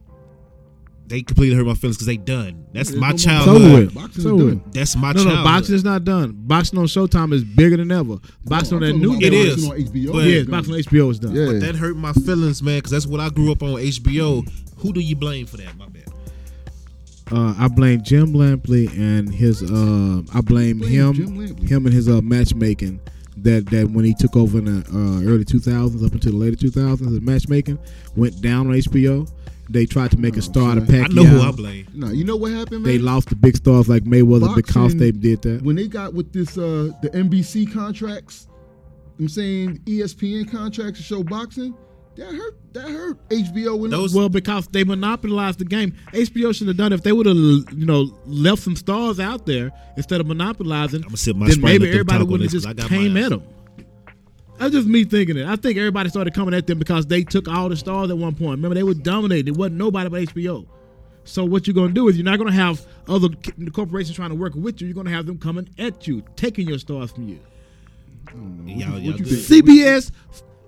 Speaker 1: they completely hurt my feelings because they done. That's
Speaker 2: There's
Speaker 1: my
Speaker 2: no more-
Speaker 3: It's over
Speaker 1: childhood.
Speaker 3: with.
Speaker 2: Boxing
Speaker 3: So
Speaker 2: is
Speaker 3: what?
Speaker 2: done.
Speaker 1: That's my
Speaker 3: No,
Speaker 1: childhood.
Speaker 3: no, boxing is not done. Boxing on Showtime is bigger than ever. Boxing
Speaker 2: No,
Speaker 3: on that
Speaker 2: I'm
Speaker 3: new
Speaker 2: talking
Speaker 1: It
Speaker 2: about
Speaker 1: is,
Speaker 2: boxing on HBO.
Speaker 1: but-
Speaker 3: yeah, boxing on HBO is done.
Speaker 2: Yeah.
Speaker 1: But that hurt my feelings, man, because that's what I grew up on HBO. Who do you blame for that? My bad.
Speaker 3: Uh, I blame Jim Lampley and his. Uh, I blame
Speaker 2: Blame
Speaker 3: him,
Speaker 2: Jim Lampley.
Speaker 3: him and his uh, matchmaking. That that when he took over in the uh, early 2000s up until the later 2000s, his matchmaking went down on HBO. They tried to make a star out of
Speaker 2: son.
Speaker 3: Pacquiao.
Speaker 1: I know who I blame.
Speaker 2: No, you know what happened, man?
Speaker 3: They lost the big stars like Mayweather because
Speaker 2: Boxing-
Speaker 3: they did that.
Speaker 2: when they got with this uh the NBC contracts, I'm saying E ESPN contracts to show boxing, that hurt that hurt HBO when
Speaker 1: Those
Speaker 3: Well, because they monopolized the game. HBO should have done it. if they would have, you know, left some stars out there instead of monopolizing.
Speaker 1: I'ma sip my
Speaker 3: then
Speaker 1: Sprite and
Speaker 3: maybe
Speaker 1: let them
Speaker 3: everybody
Speaker 1: talk on
Speaker 3: would have
Speaker 1: this, 'cause
Speaker 3: just
Speaker 1: I got
Speaker 3: came
Speaker 1: mine.
Speaker 3: at them. That's just me thinking it. I think everybody started coming at them because they took all the stars at one point. Remember, they were dominated. It wasn't nobody but HBO. So what you're gonna do is you're not gonna have other c- corporations trying to work with you. You're gonna have them coming at you, taking your stars from you.
Speaker 1: y'all, y'all
Speaker 2: what you
Speaker 1: good?
Speaker 2: think?
Speaker 3: CBS,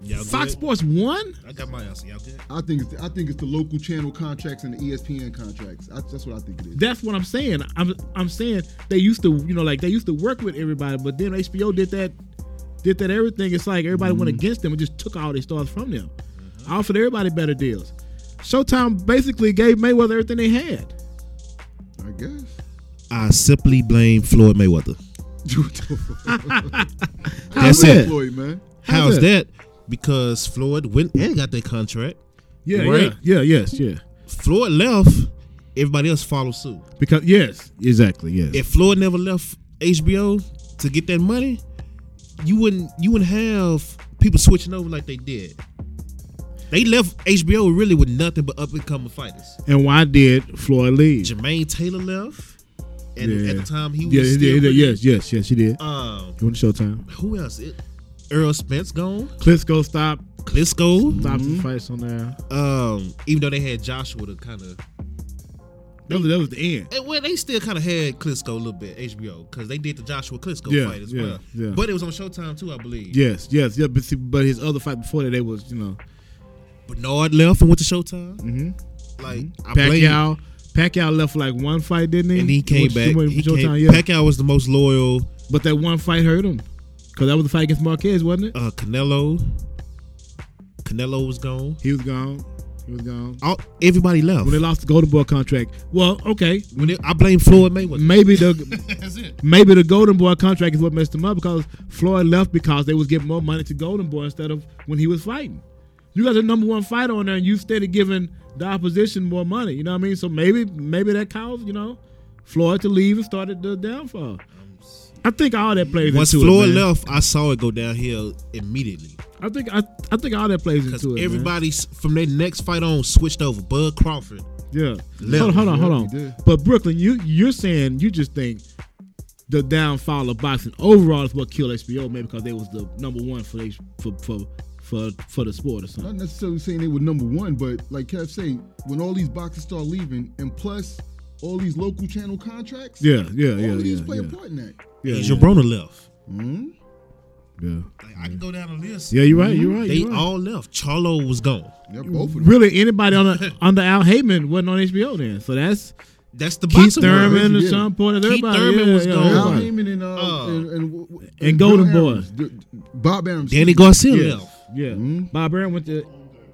Speaker 1: Y'all
Speaker 3: Fox
Speaker 1: good?
Speaker 3: Sports One.
Speaker 1: I got my answer. Y'all good?
Speaker 2: I think it's the, I think it's the local channel contracts and the E ESPN contracts. I, that's what I think it is.
Speaker 3: That's what I'm saying. I'm I'm saying they used to, you know, like they used to work with everybody, but then HBO did that, did that everything. It's like everybody went against them and just took all their stars from them, offered everybody better deals. Showtime basically gave Mayweather everything they had.
Speaker 2: I guess.
Speaker 1: I simply blame Floyd Mayweather.
Speaker 3: How's
Speaker 1: That's it.
Speaker 2: Floyd, man.
Speaker 3: How's
Speaker 1: How's that? Because Floyd went and got that contract.
Speaker 3: Yeah,
Speaker 1: Right?
Speaker 3: yeah, yeah, yes, yeah.
Speaker 1: Floyd left, everybody else followed suit.
Speaker 3: Because yes, exactly, yes.
Speaker 1: If Floyd never left HBO to get that money, you wouldn't you wouldn't have people switching over like they did. They left HBO really with nothing but up and coming fighters.
Speaker 3: and why did Floyd leave?
Speaker 1: Jermaine Taylor left, and
Speaker 3: Yeah.
Speaker 1: at the time he was
Speaker 3: Yeah,
Speaker 1: still
Speaker 3: yeah, yeah,
Speaker 1: pretty-
Speaker 3: yes, yes, yes, he did.
Speaker 1: Um,
Speaker 3: He went to Showtime.
Speaker 1: who else? It, Earl Spence gone,
Speaker 3: Klitschko stopped,
Speaker 1: Klitschko.
Speaker 3: stopped the fights on there.
Speaker 1: Um, even though they had Joshua to kind of
Speaker 3: That was, that was the end.
Speaker 1: And well, they still kind of had Klitschko a little bit, HBO, because they did the Joshua Klitschko
Speaker 3: Yeah,
Speaker 1: fight as
Speaker 3: yeah,
Speaker 1: well.
Speaker 3: yeah.
Speaker 1: But it was on Showtime too, I believe.
Speaker 3: Yes, yes, yeah. But see, but his other fight before that, they was you know
Speaker 1: Bernard left and went to Showtime.
Speaker 3: Mhm.
Speaker 1: Like I blame,
Speaker 3: Pacquiao. Pacquiao left for like one fight, didn't he?
Speaker 1: and he came
Speaker 3: Which-
Speaker 1: back.
Speaker 3: which
Speaker 1: He came,
Speaker 3: Showtime, yeah.
Speaker 1: Pacquiao was the most loyal.
Speaker 3: but that one fight hurt him because that was the fight against Marquez, wasn't it?
Speaker 1: Uh, Canelo, Canelo was gone.
Speaker 3: He was gone. He was gone.
Speaker 1: All, everybody left.
Speaker 3: When they lost the Golden Boy contract, well, okay,
Speaker 1: When it- I blame Floyd Mayweather.
Speaker 3: maybe the
Speaker 1: That's it.
Speaker 3: maybe the Golden Boy contract is what messed him up because Floyd left because they was giving more money to Golden Boy instead of when he was fighting. You got the number one fighter on there, and you instead of giving the opposition more money. You know what I mean? So maybe maybe that caused you know Floyd to leave and started the downfall. I think all that plays
Speaker 1: Once
Speaker 3: into
Speaker 1: Floyd
Speaker 3: it. man.
Speaker 1: left, I saw it go downhill immediately
Speaker 3: I think I, I think all that plays
Speaker 1: because
Speaker 3: into it. man.
Speaker 1: everybody s- from their next fight on switched over. Bud Crawford.
Speaker 3: Yeah.
Speaker 1: Left.
Speaker 3: Hold, hold on, hold
Speaker 2: Yeah,
Speaker 3: on.
Speaker 2: he did.
Speaker 3: But Brooklyn, you you're saying you just think the downfall of boxing overall is what killed HBO, maybe because they was the number one for they, for for for for the sport or
Speaker 2: Not
Speaker 3: something.
Speaker 2: necessarily saying they were number one, but like Kev say, when all these boxers start leaving, and plus all these local channel contracts,
Speaker 3: Yeah, yeah,
Speaker 2: all
Speaker 3: yeah,
Speaker 2: of these
Speaker 3: yeah,
Speaker 2: play
Speaker 3: yeah.
Speaker 2: a part in that.
Speaker 3: Yeah,
Speaker 1: Adrian
Speaker 3: yeah.
Speaker 1: Broner left.
Speaker 2: hmm
Speaker 3: Yeah,
Speaker 1: Like, I can go down a list.
Speaker 3: yeah, you're right, you're right.
Speaker 1: They
Speaker 3: you're right.
Speaker 1: all left. Charlo was gone.
Speaker 2: They're both of them.
Speaker 3: really anybody on the, under Al Heyman wasn't on HBO then, so that's
Speaker 1: That's the
Speaker 3: Keith
Speaker 1: boxing
Speaker 3: Thurman
Speaker 1: world.
Speaker 3: or
Speaker 2: Yeah.
Speaker 3: Sean Porter.
Speaker 1: Keith
Speaker 3: Everybody,
Speaker 1: Thurman
Speaker 3: yeah,
Speaker 1: was
Speaker 3: yeah,
Speaker 1: gone.
Speaker 2: Al
Speaker 3: everybody.
Speaker 2: Heyman and, uh,
Speaker 1: Uh,
Speaker 2: and, and,
Speaker 3: and
Speaker 2: Bill
Speaker 3: Golden
Speaker 2: Abrams, D- Bob Adams,
Speaker 1: Danny Garcia
Speaker 3: Yes.
Speaker 1: left.
Speaker 3: Yeah.
Speaker 2: Mhm.
Speaker 3: Bob Aaron went to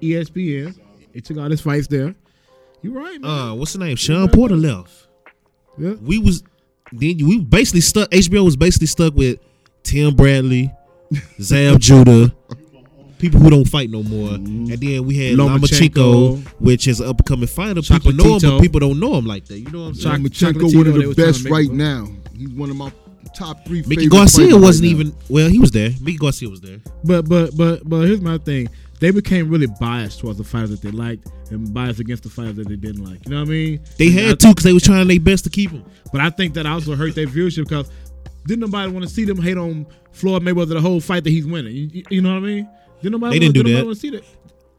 Speaker 3: E ESPN. He took all his fights there. You're right, man.
Speaker 1: Uh, what's the name? Sean Porter left.
Speaker 3: yeah.
Speaker 1: We was then we basically stuck. HBO was basically stuck with Tim
Speaker 3: [LAUGHS]
Speaker 1: Bradley, Zab Judah, people who don't fight no more. And then we had
Speaker 3: Mm-hmm. Lomachenko.
Speaker 1: Lomachenko, which is an up and coming fighter. People know him,
Speaker 3: Chocolatito.
Speaker 1: but people don't know him like that. You know what I'm saying?
Speaker 3: Choc-
Speaker 2: Lomachenko,
Speaker 3: Chocolatito,
Speaker 2: one of
Speaker 3: they
Speaker 2: the
Speaker 3: was trying to
Speaker 2: best
Speaker 3: make
Speaker 2: right
Speaker 3: book.
Speaker 2: now. He's one of my top three.
Speaker 1: Mickey
Speaker 2: favorite
Speaker 1: Garcia
Speaker 2: fighters
Speaker 1: wasn't
Speaker 2: right now.
Speaker 1: even well. He was there. Mickey Garcia was there.
Speaker 3: But but but but here's my thing. They became really biased towards the fighters that they liked and biased against the fighters that they didn't like. You know what I mean?
Speaker 1: They
Speaker 3: And I-
Speaker 1: had to because they was trying their best to keep him.
Speaker 3: But I think that also hurt their viewership because Didn't nobody want to see them hate on Floyd Mayweather the whole fight that he's winning? You, you- you know what I mean? Didn't nobody,
Speaker 1: They didn't
Speaker 3: wanna-
Speaker 1: do
Speaker 3: nobody
Speaker 1: that.
Speaker 3: wanna see that.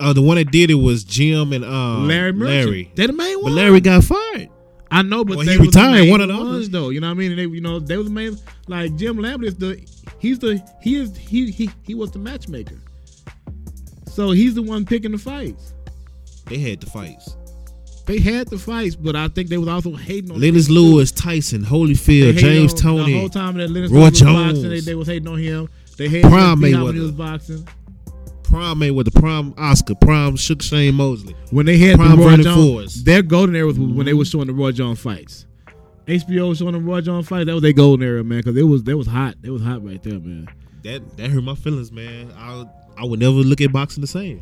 Speaker 1: Uh, the one that did it was Jim and uh,
Speaker 3: Larry Merchant.
Speaker 1: Larry.
Speaker 3: They the main
Speaker 1: But
Speaker 3: one.
Speaker 1: Larry got fired.
Speaker 3: I know, but
Speaker 1: Well,
Speaker 3: they
Speaker 1: he
Speaker 3: was the
Speaker 1: retired,
Speaker 3: main
Speaker 1: one of the
Speaker 3: ones,
Speaker 1: others.
Speaker 3: though. You know what I mean? And they, you know, they was the main. Like Jim Lambert is the, he's the, he is he he he was the matchmaker. So he's the one picking the fights.
Speaker 1: They had the fights.
Speaker 3: They had the fights, but I think they was also hating on.
Speaker 1: Lennox Lewis, Tyson,
Speaker 3: they
Speaker 1: Holyfield,
Speaker 3: hated
Speaker 1: James
Speaker 3: on- The
Speaker 1: Tony.
Speaker 3: whole time that Lennox
Speaker 1: Roy
Speaker 3: Lewis was boxing, they,
Speaker 1: Jones.
Speaker 3: they was hating on him. They hated
Speaker 1: Prime
Speaker 3: on Mayweather when he
Speaker 1: Mayweather.
Speaker 3: was boxing.
Speaker 1: Prime with the Prime Oscar, Prime Shook Shane Mosley.
Speaker 3: When they had
Speaker 1: Prime
Speaker 3: the Roy
Speaker 1: Vernon
Speaker 3: Jones,
Speaker 1: Forrest. Mm-hmm.
Speaker 3: their golden era was when they were showing the Roy Jones fights. HBO was showing the Roy Jones fights. That was their golden era, man, because it was that was hot. It was hot right there, man.
Speaker 1: That that hurt my feelings, man. I I would never look at boxing the
Speaker 2: [LAUGHS]
Speaker 1: same.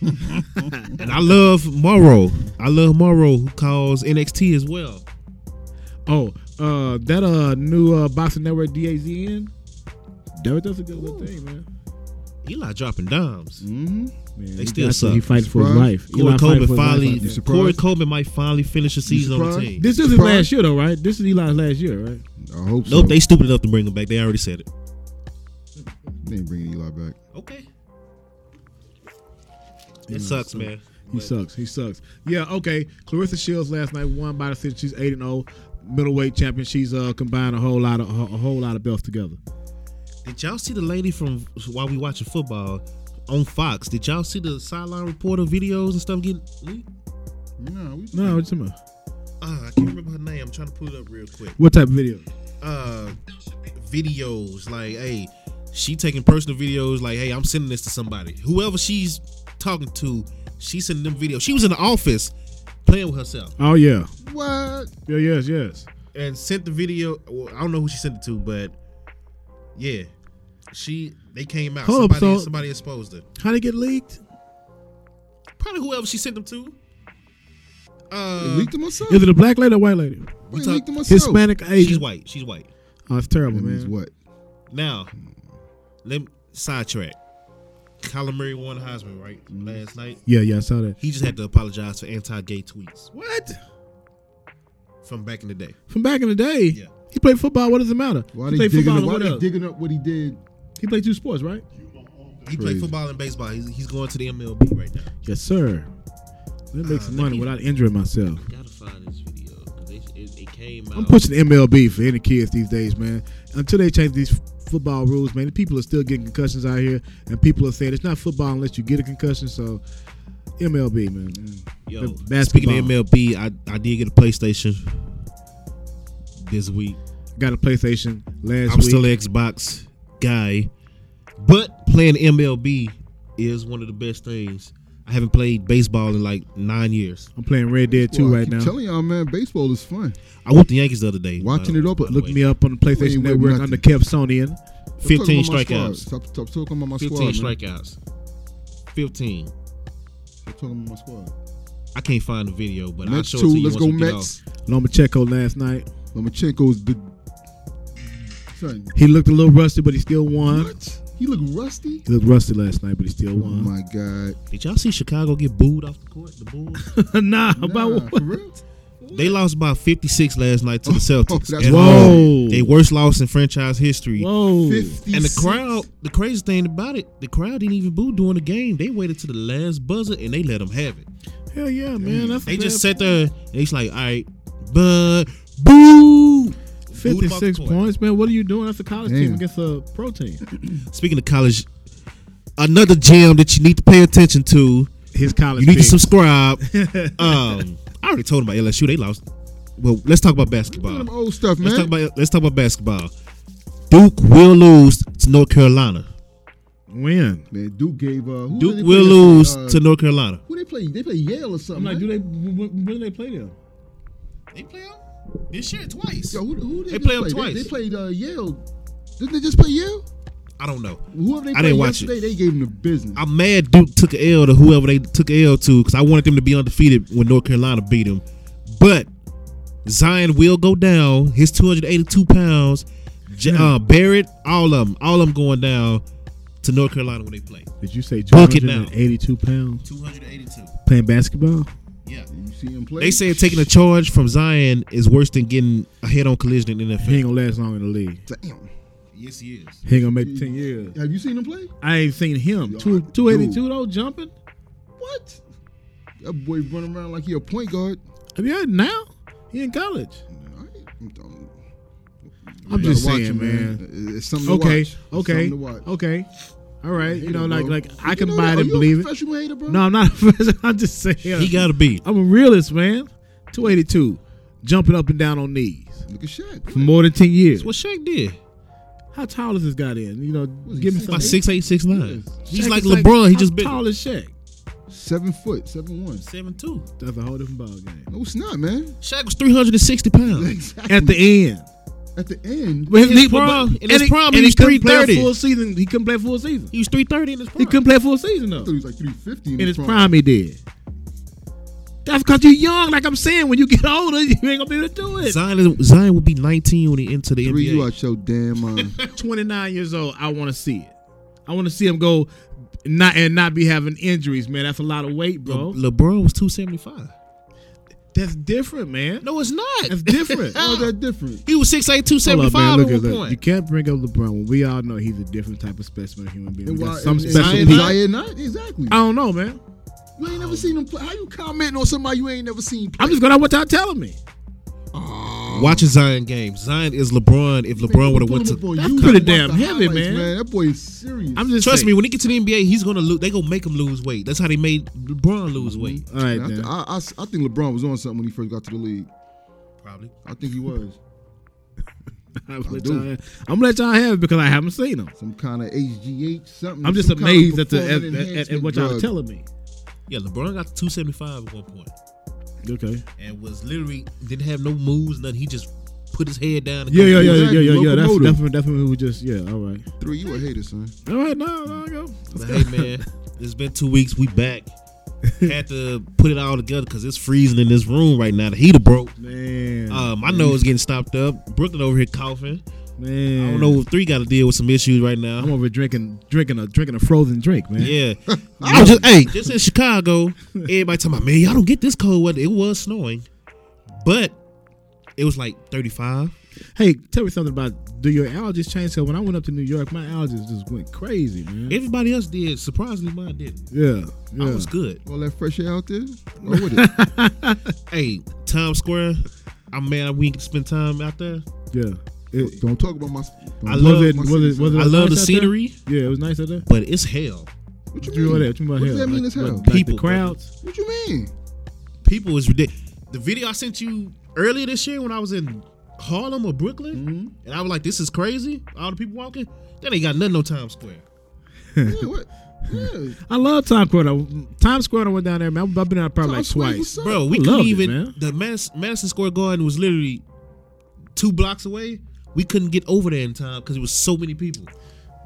Speaker 1: and I love Morrow. I love Morrow who calls NXT as well.
Speaker 3: Oh, uh, that uh new uh boxing network DAZN. That was that's a good little thing, man.
Speaker 1: Eli dropping dimes.
Speaker 2: Mm-hmm.
Speaker 3: man
Speaker 1: They
Speaker 3: he
Speaker 1: still
Speaker 3: got-
Speaker 1: suck.
Speaker 3: He fights for his
Speaker 2: Surprise.
Speaker 3: life.
Speaker 1: Corey
Speaker 3: Eli fighting for
Speaker 1: Coleman
Speaker 3: his life
Speaker 1: finally
Speaker 3: out there.
Speaker 2: surprised?
Speaker 1: Corey Coleman might finally finish a season on the
Speaker 2: surprised?
Speaker 1: team.
Speaker 3: This is his
Speaker 2: Surprise.
Speaker 3: last year, though, right? This is Eli's last year, right?
Speaker 2: I hope so.
Speaker 1: nope, they stupid enough to bring him back. They already said it.
Speaker 2: They ain't bringing Eli back.
Speaker 1: Okay.
Speaker 2: Mm,
Speaker 3: Yeah,
Speaker 1: It sucks,
Speaker 3: so-
Speaker 1: man.
Speaker 3: He sucks. He sucks. Yeah. Okay. Clarissa Shields last night won by the decision. She's eight and zero, middleweight champion. She's uh combined a whole lot of a whole lot of belts together.
Speaker 1: Did y'all see the lady from while we watching football on Fox? Did y'all see the sideline reporter videos and stuff getting leaked?
Speaker 2: No, we
Speaker 3: No, what you talking about?
Speaker 1: Uh, I can't remember her name. I'm trying to pull it up real quick.
Speaker 3: What type of video?
Speaker 1: Uh, videos like, hey, she taking personal videos. Like, hey, I'm sending this to somebody. Whoever she's talking to, she sending them videos. She was in the office playing with herself
Speaker 3: Oh yeah.
Speaker 2: what?
Speaker 3: Yeah. Yes. Yes.
Speaker 1: and sent the video. Well, I don't know who she sent it to, but yeah, she they came out.
Speaker 3: Hold up,
Speaker 1: somebody,
Speaker 3: so-
Speaker 1: somebody exposed her.
Speaker 3: How did it get leaked?
Speaker 1: Probably whoever she sent them to.
Speaker 2: They
Speaker 1: Uh,
Speaker 2: leaked them myself.
Speaker 3: Is it a black lady or white lady?
Speaker 2: They
Speaker 1: talk-
Speaker 2: leaked them myself.
Speaker 3: Hispanic
Speaker 1: she's
Speaker 3: Asian.
Speaker 1: white. She's white.
Speaker 3: Oh, it's terrible,
Speaker 2: That means
Speaker 3: man.
Speaker 2: what?
Speaker 1: Now, let me sidetrack. Colin Murray won the Heisman, right?
Speaker 3: Mm-hmm.
Speaker 1: Last night.
Speaker 3: Yeah. Yeah. I saw that.
Speaker 1: He just had to apologize for anti gay tweets
Speaker 3: What?
Speaker 1: from back in the day.
Speaker 3: From back in the day.
Speaker 1: Yeah.
Speaker 3: He played football. What does it matter?
Speaker 2: Why
Speaker 3: he
Speaker 2: they
Speaker 3: played
Speaker 2: digging? Up,
Speaker 3: football. and
Speaker 2: why
Speaker 3: what
Speaker 2: they
Speaker 3: else?
Speaker 2: digging up what he did?
Speaker 3: He played two sports, right?
Speaker 1: He
Speaker 2: Crazy.
Speaker 1: played football and baseball. He's, he's going to the MLB right now.
Speaker 3: Yes, sir. Let me make
Speaker 1: Uh,
Speaker 3: some
Speaker 1: let
Speaker 3: money
Speaker 1: me-
Speaker 3: without injuring myself.
Speaker 1: Gotta find this video. It, came out.
Speaker 3: I'm pushing MLB for any kids these days, man. Until they change these f- football rules, man, people are still getting concussions out here, and people are saying it's not football unless you get a concussion. So, MLB, man. Mm.
Speaker 1: Yo,
Speaker 3: basketball.
Speaker 1: speaking of MLB, I, I did get a PlayStation this week.
Speaker 3: Got a PlayStation last
Speaker 1: I'm
Speaker 3: week.
Speaker 1: still an Xbox guy, but playing MLB is one of the best things. I haven't played baseball in like nine years.
Speaker 3: I'm playing Red Dead 2
Speaker 2: Well, I
Speaker 3: right
Speaker 2: keep
Speaker 3: now.
Speaker 2: Telling y'all, man, baseball is fun.
Speaker 1: I whooped the Yankees the other day. uh,
Speaker 2: Watching
Speaker 1: by
Speaker 2: it
Speaker 1: the-
Speaker 2: up,
Speaker 1: by the
Speaker 3: Look
Speaker 1: way.
Speaker 3: me up on the
Speaker 2: Wait,
Speaker 3: PlayStation
Speaker 2: wait,
Speaker 3: Network
Speaker 2: nothing.
Speaker 3: under Kev Sonian.
Speaker 2: Stop talking
Speaker 1: 15
Speaker 2: about my squad.
Speaker 1: strikeouts.
Speaker 2: Stop, stop talking about my
Speaker 1: 15
Speaker 2: squad. man.
Speaker 1: strikeouts. 15.
Speaker 2: Stop talking about my squad.
Speaker 1: I can't find the video, but I'll
Speaker 2: Mets
Speaker 1: show
Speaker 2: two.
Speaker 1: it to you
Speaker 2: Let's
Speaker 1: once
Speaker 2: go
Speaker 1: we get
Speaker 2: Mets.
Speaker 1: off.
Speaker 3: Lomachenko last night.
Speaker 2: Lomachenko's the son.
Speaker 3: He looked a little rusty, but he still won.
Speaker 2: What? He look rusty.
Speaker 3: He looked rusty last night, but he still
Speaker 2: Oh
Speaker 3: won.
Speaker 2: my god.
Speaker 1: Did y'all see Chicago get booed off the court? The Bulls?
Speaker 3: [LAUGHS]
Speaker 2: [LAUGHS]
Speaker 3: nah, about
Speaker 2: Nah,
Speaker 3: what?
Speaker 2: for real?
Speaker 1: they lost by 56 last night to the Celtics.
Speaker 2: Oh, that's
Speaker 1: At
Speaker 2: wild.
Speaker 1: home.
Speaker 3: Whoa.
Speaker 1: They worst loss in franchise history.
Speaker 3: Whoa.
Speaker 2: 56.
Speaker 1: And the crowd, the crazy thing about it, the crowd didn't even boo during the game. They waited to the last buzzer and they let them have it.
Speaker 3: Hell yeah, man. That's
Speaker 1: They
Speaker 3: the
Speaker 1: just
Speaker 3: best.
Speaker 1: sat there and it's like, all right, but boo. Booed them off the
Speaker 3: 56
Speaker 1: court.
Speaker 3: points, man. What are you doing? That's a college team
Speaker 2: Damn.
Speaker 3: against a pro team.
Speaker 1: Speaking of college, another gem that you need to pay attention to.
Speaker 3: His college
Speaker 1: You need to subscribe. [LAUGHS] um, I already told him about LSU. They lost. Well, let's talk about
Speaker 2: Look at them
Speaker 1: basketball.
Speaker 2: old stuff, man.
Speaker 1: Let's talk about let's talk about basketball. Duke will lose to North Carolina.
Speaker 3: Win.
Speaker 2: man, Duke gave uh, who
Speaker 1: Duke
Speaker 2: they
Speaker 1: will
Speaker 2: play?
Speaker 1: lose
Speaker 2: Uh,
Speaker 1: to North Carolina.
Speaker 2: Who they play? They play Yale or something.
Speaker 3: I'm like,
Speaker 2: right?
Speaker 3: do they, when, when do they play them?
Speaker 1: They play them this year twice.
Speaker 2: Yo, who, who
Speaker 1: They
Speaker 2: they, just
Speaker 1: play 'em
Speaker 2: played? They,
Speaker 1: twice.
Speaker 2: they played uh, Yale. Didn't they just play Yale?
Speaker 1: I don't know.
Speaker 2: Whoever they
Speaker 1: I
Speaker 2: played
Speaker 1: didn't watch it.
Speaker 2: yesterday, they gave them the business.
Speaker 1: I'm mad Duke took a L to whoever they took a L to because I wanted them to be undefeated when North Carolina beat them. But Zion will go down. His 282 pounds. J- Uh, Barrett, all of them, all of them going down to North Carolina when they play.
Speaker 3: Did you say
Speaker 1: Book it now.
Speaker 3: 282 pounds
Speaker 1: 282.
Speaker 3: playing basketball?
Speaker 1: Yeah.
Speaker 2: You see him play.
Speaker 1: They said taking a charge from Zion is worse than getting a head-on collision in the NFL.
Speaker 3: He ain't gonna last long in the league.
Speaker 2: [LAUGHS] Damn.
Speaker 1: Yes, he is.
Speaker 3: He ain't gonna make ten years.
Speaker 2: Have you seen him play?
Speaker 3: I ain't seen him.
Speaker 2: Yo,
Speaker 3: Two
Speaker 2: dude.
Speaker 3: two eighty two though jumping.
Speaker 2: What? That boy running around like he a point guard.
Speaker 3: Yeah, now he in college.
Speaker 2: All right. I'm done.
Speaker 3: I'm
Speaker 2: You
Speaker 3: just
Speaker 2: gotta watch
Speaker 3: saying,
Speaker 2: him,
Speaker 3: man.
Speaker 2: It's something
Speaker 3: Okay,
Speaker 2: to watch. It's
Speaker 3: okay,
Speaker 2: something to watch.
Speaker 3: okay. All right, you
Speaker 2: Hater,
Speaker 3: know, like
Speaker 2: bro.
Speaker 3: like I
Speaker 2: You
Speaker 3: can
Speaker 2: know
Speaker 3: buy
Speaker 2: that?
Speaker 3: it
Speaker 2: Are
Speaker 3: and
Speaker 2: you a
Speaker 3: believe it.
Speaker 2: Professional hater, bro.
Speaker 3: No, I'm not. a professional. [LAUGHS] I'm just saying.
Speaker 1: He got to be.
Speaker 3: I'm a realist, man. Two eighty two, jumping up and down on knees
Speaker 2: look at Shaq.
Speaker 3: for more than ten years.
Speaker 1: That's what Shaq did.
Speaker 3: How tall is this guy? Then you know,
Speaker 2: is he,
Speaker 3: give me
Speaker 2: six
Speaker 3: some.
Speaker 1: About six eight, six nine.
Speaker 3: Shaq
Speaker 1: He's like
Speaker 3: is
Speaker 1: LeBron. he
Speaker 3: how
Speaker 1: just big.
Speaker 3: tall as Shaq.
Speaker 2: Seven foot, seven one.
Speaker 1: Seven two.
Speaker 3: That's a whole different ball game.
Speaker 2: No, it's not, man.
Speaker 1: Shaq was three hundred and sixty pounds.
Speaker 2: Exactly.
Speaker 3: [LAUGHS] At the end,
Speaker 2: At the end,
Speaker 3: But
Speaker 1: his prime- in his
Speaker 3: and
Speaker 1: prime,
Speaker 3: and
Speaker 1: he was
Speaker 3: couldn't play a
Speaker 1: 330.
Speaker 3: Full season, he couldn't play a full season.
Speaker 1: He was three thirty in his prime.
Speaker 3: He couldn't play a full season though.
Speaker 2: I thought he was like three fifty
Speaker 3: In his prime, he did. That's because you're young. Like I'm saying, when you get older, [LAUGHS] you ain't gonna be able to do it.
Speaker 1: Zion, is- Zion would be nineteen when he entered the
Speaker 2: Three,
Speaker 1: NBA.
Speaker 2: you out your damn mind.
Speaker 3: 29 years old. I want to see it. I want to see him go, not and not be having injuries, man. That's a lot of weight, bro.
Speaker 1: Le- LeBron was two seventy five.
Speaker 3: That's different, man.
Speaker 1: No, it's not.
Speaker 2: [LAUGHS]
Speaker 3: That's [LAUGHS] different.
Speaker 2: How is that Oh, different?
Speaker 1: He was six eight two seventy five at one point.
Speaker 3: You can't bring up LeBron when we all know he's a different type of specimen of human being.
Speaker 2: And
Speaker 3: We got
Speaker 2: why?
Speaker 3: some
Speaker 2: and,
Speaker 3: special
Speaker 2: and
Speaker 3: people. Uh,
Speaker 2: Zion not exactly.
Speaker 3: I don't know, man.
Speaker 2: you ain't never seen him play. How you commenting on somebody you ain't never seen play?
Speaker 3: I'm just going out what y'all telling me.
Speaker 1: Watch a Zion game. Zion is LeBron. If LeBron would have went to,
Speaker 3: That's pretty damn heavy, man.
Speaker 2: That boy is serious.
Speaker 3: I'm just
Speaker 1: trust me,
Speaker 3: saying.
Speaker 1: when he get to the NBA, he's gonna lose. They gonna make him lose weight. That's how they made LeBron lose weight.
Speaker 3: All right,
Speaker 2: I, th-
Speaker 3: then.
Speaker 2: I, I, I think LeBron was on something when he first got to the league.
Speaker 1: Probably.
Speaker 2: I think he was
Speaker 3: [LAUGHS] I'm gonna let
Speaker 2: do.
Speaker 3: y'all- I'm gonna let y'all have it because I haven't seen him.
Speaker 2: some kind of HGH something.
Speaker 3: I'm just
Speaker 2: some kind of
Speaker 3: amazed at the at,
Speaker 2: performance
Speaker 3: at, at,
Speaker 2: enhancement
Speaker 3: what y'all
Speaker 2: drug.
Speaker 3: telling me.
Speaker 1: Yeah, LeBron got two seventy five at one point,
Speaker 3: Okay.
Speaker 1: and was literally didn't have no moves. Nothing. He just put his head down. And
Speaker 3: Yeah, yeah, yeah, yeah,
Speaker 2: Exactly,
Speaker 3: yeah, yeah. yeah. That's
Speaker 2: locomotive.
Speaker 3: definitely definitely we just yeah. All right.
Speaker 2: Three, you a hater, son.
Speaker 3: All right. No, no, go. [LAUGHS]
Speaker 1: But hey, man, it's been two weeks. We back. Had to put it all together because it's freezing in this room right now. The heater broke.
Speaker 3: Man,
Speaker 1: Um, my nose getting stopped up. Brooklyn over here coughing.
Speaker 3: man.
Speaker 1: I don't know. Three got to deal with some issues right now.
Speaker 3: I'm over drinking, drinking a drinking a frozen drink, man.
Speaker 1: Yeah.
Speaker 3: [LAUGHS]
Speaker 1: I was just hey, just in Chicago, everybody talking about man, y'all don't get this cold weather. It was snowing. But it was like 35.
Speaker 3: Hey, tell me something about do your allergies change? Cause when I went up to New York, my allergies just went crazy, man.
Speaker 1: Everybody else did. Surprisingly, mine didn't.
Speaker 3: yeah, yeah.
Speaker 1: I was good.
Speaker 2: All that fresh air
Speaker 3: [LAUGHS]
Speaker 2: out there. Roll with it.
Speaker 1: Hey, Times Square, I'm mad we ain't get to spend time out there.
Speaker 3: yeah. It,
Speaker 2: Don't talk about my. Don't
Speaker 1: I
Speaker 3: was
Speaker 1: love-
Speaker 3: it,
Speaker 2: my
Speaker 3: was
Speaker 2: city,
Speaker 3: it, was it
Speaker 1: I love the
Speaker 3: nice out there?
Speaker 1: scenery,
Speaker 3: Yeah, it was nice out there.
Speaker 1: but it's hell.
Speaker 2: What
Speaker 3: You
Speaker 2: you
Speaker 3: were
Speaker 2: mean?
Speaker 3: there. What you mean
Speaker 2: What
Speaker 3: about
Speaker 2: does
Speaker 3: hell?
Speaker 2: that mean
Speaker 3: Like-
Speaker 2: as hell?
Speaker 3: like the
Speaker 1: People,
Speaker 3: crowds.
Speaker 2: What you
Speaker 3: [LAUGHS]
Speaker 2: mean?
Speaker 1: People is ridiculous. The video I sent you earlier this year when I was in Harlem or Brooklyn,
Speaker 3: Mm-hmm.
Speaker 1: and I was like, this is crazy. All the people walking, that ain't got nothing on Times Square.
Speaker 2: Yeah, what? Yeah.
Speaker 3: I love Times Square. though. Times Square. I went down there, man. I've been out probably like
Speaker 2: Times Square,
Speaker 3: twice.
Speaker 2: what's up?
Speaker 1: Bro, we
Speaker 3: I
Speaker 1: couldn't
Speaker 3: loved it,
Speaker 1: even.
Speaker 3: man.
Speaker 1: the Madis- Madison Square Garden was literally two blocks away. We couldn't get over there in time because it was so many people.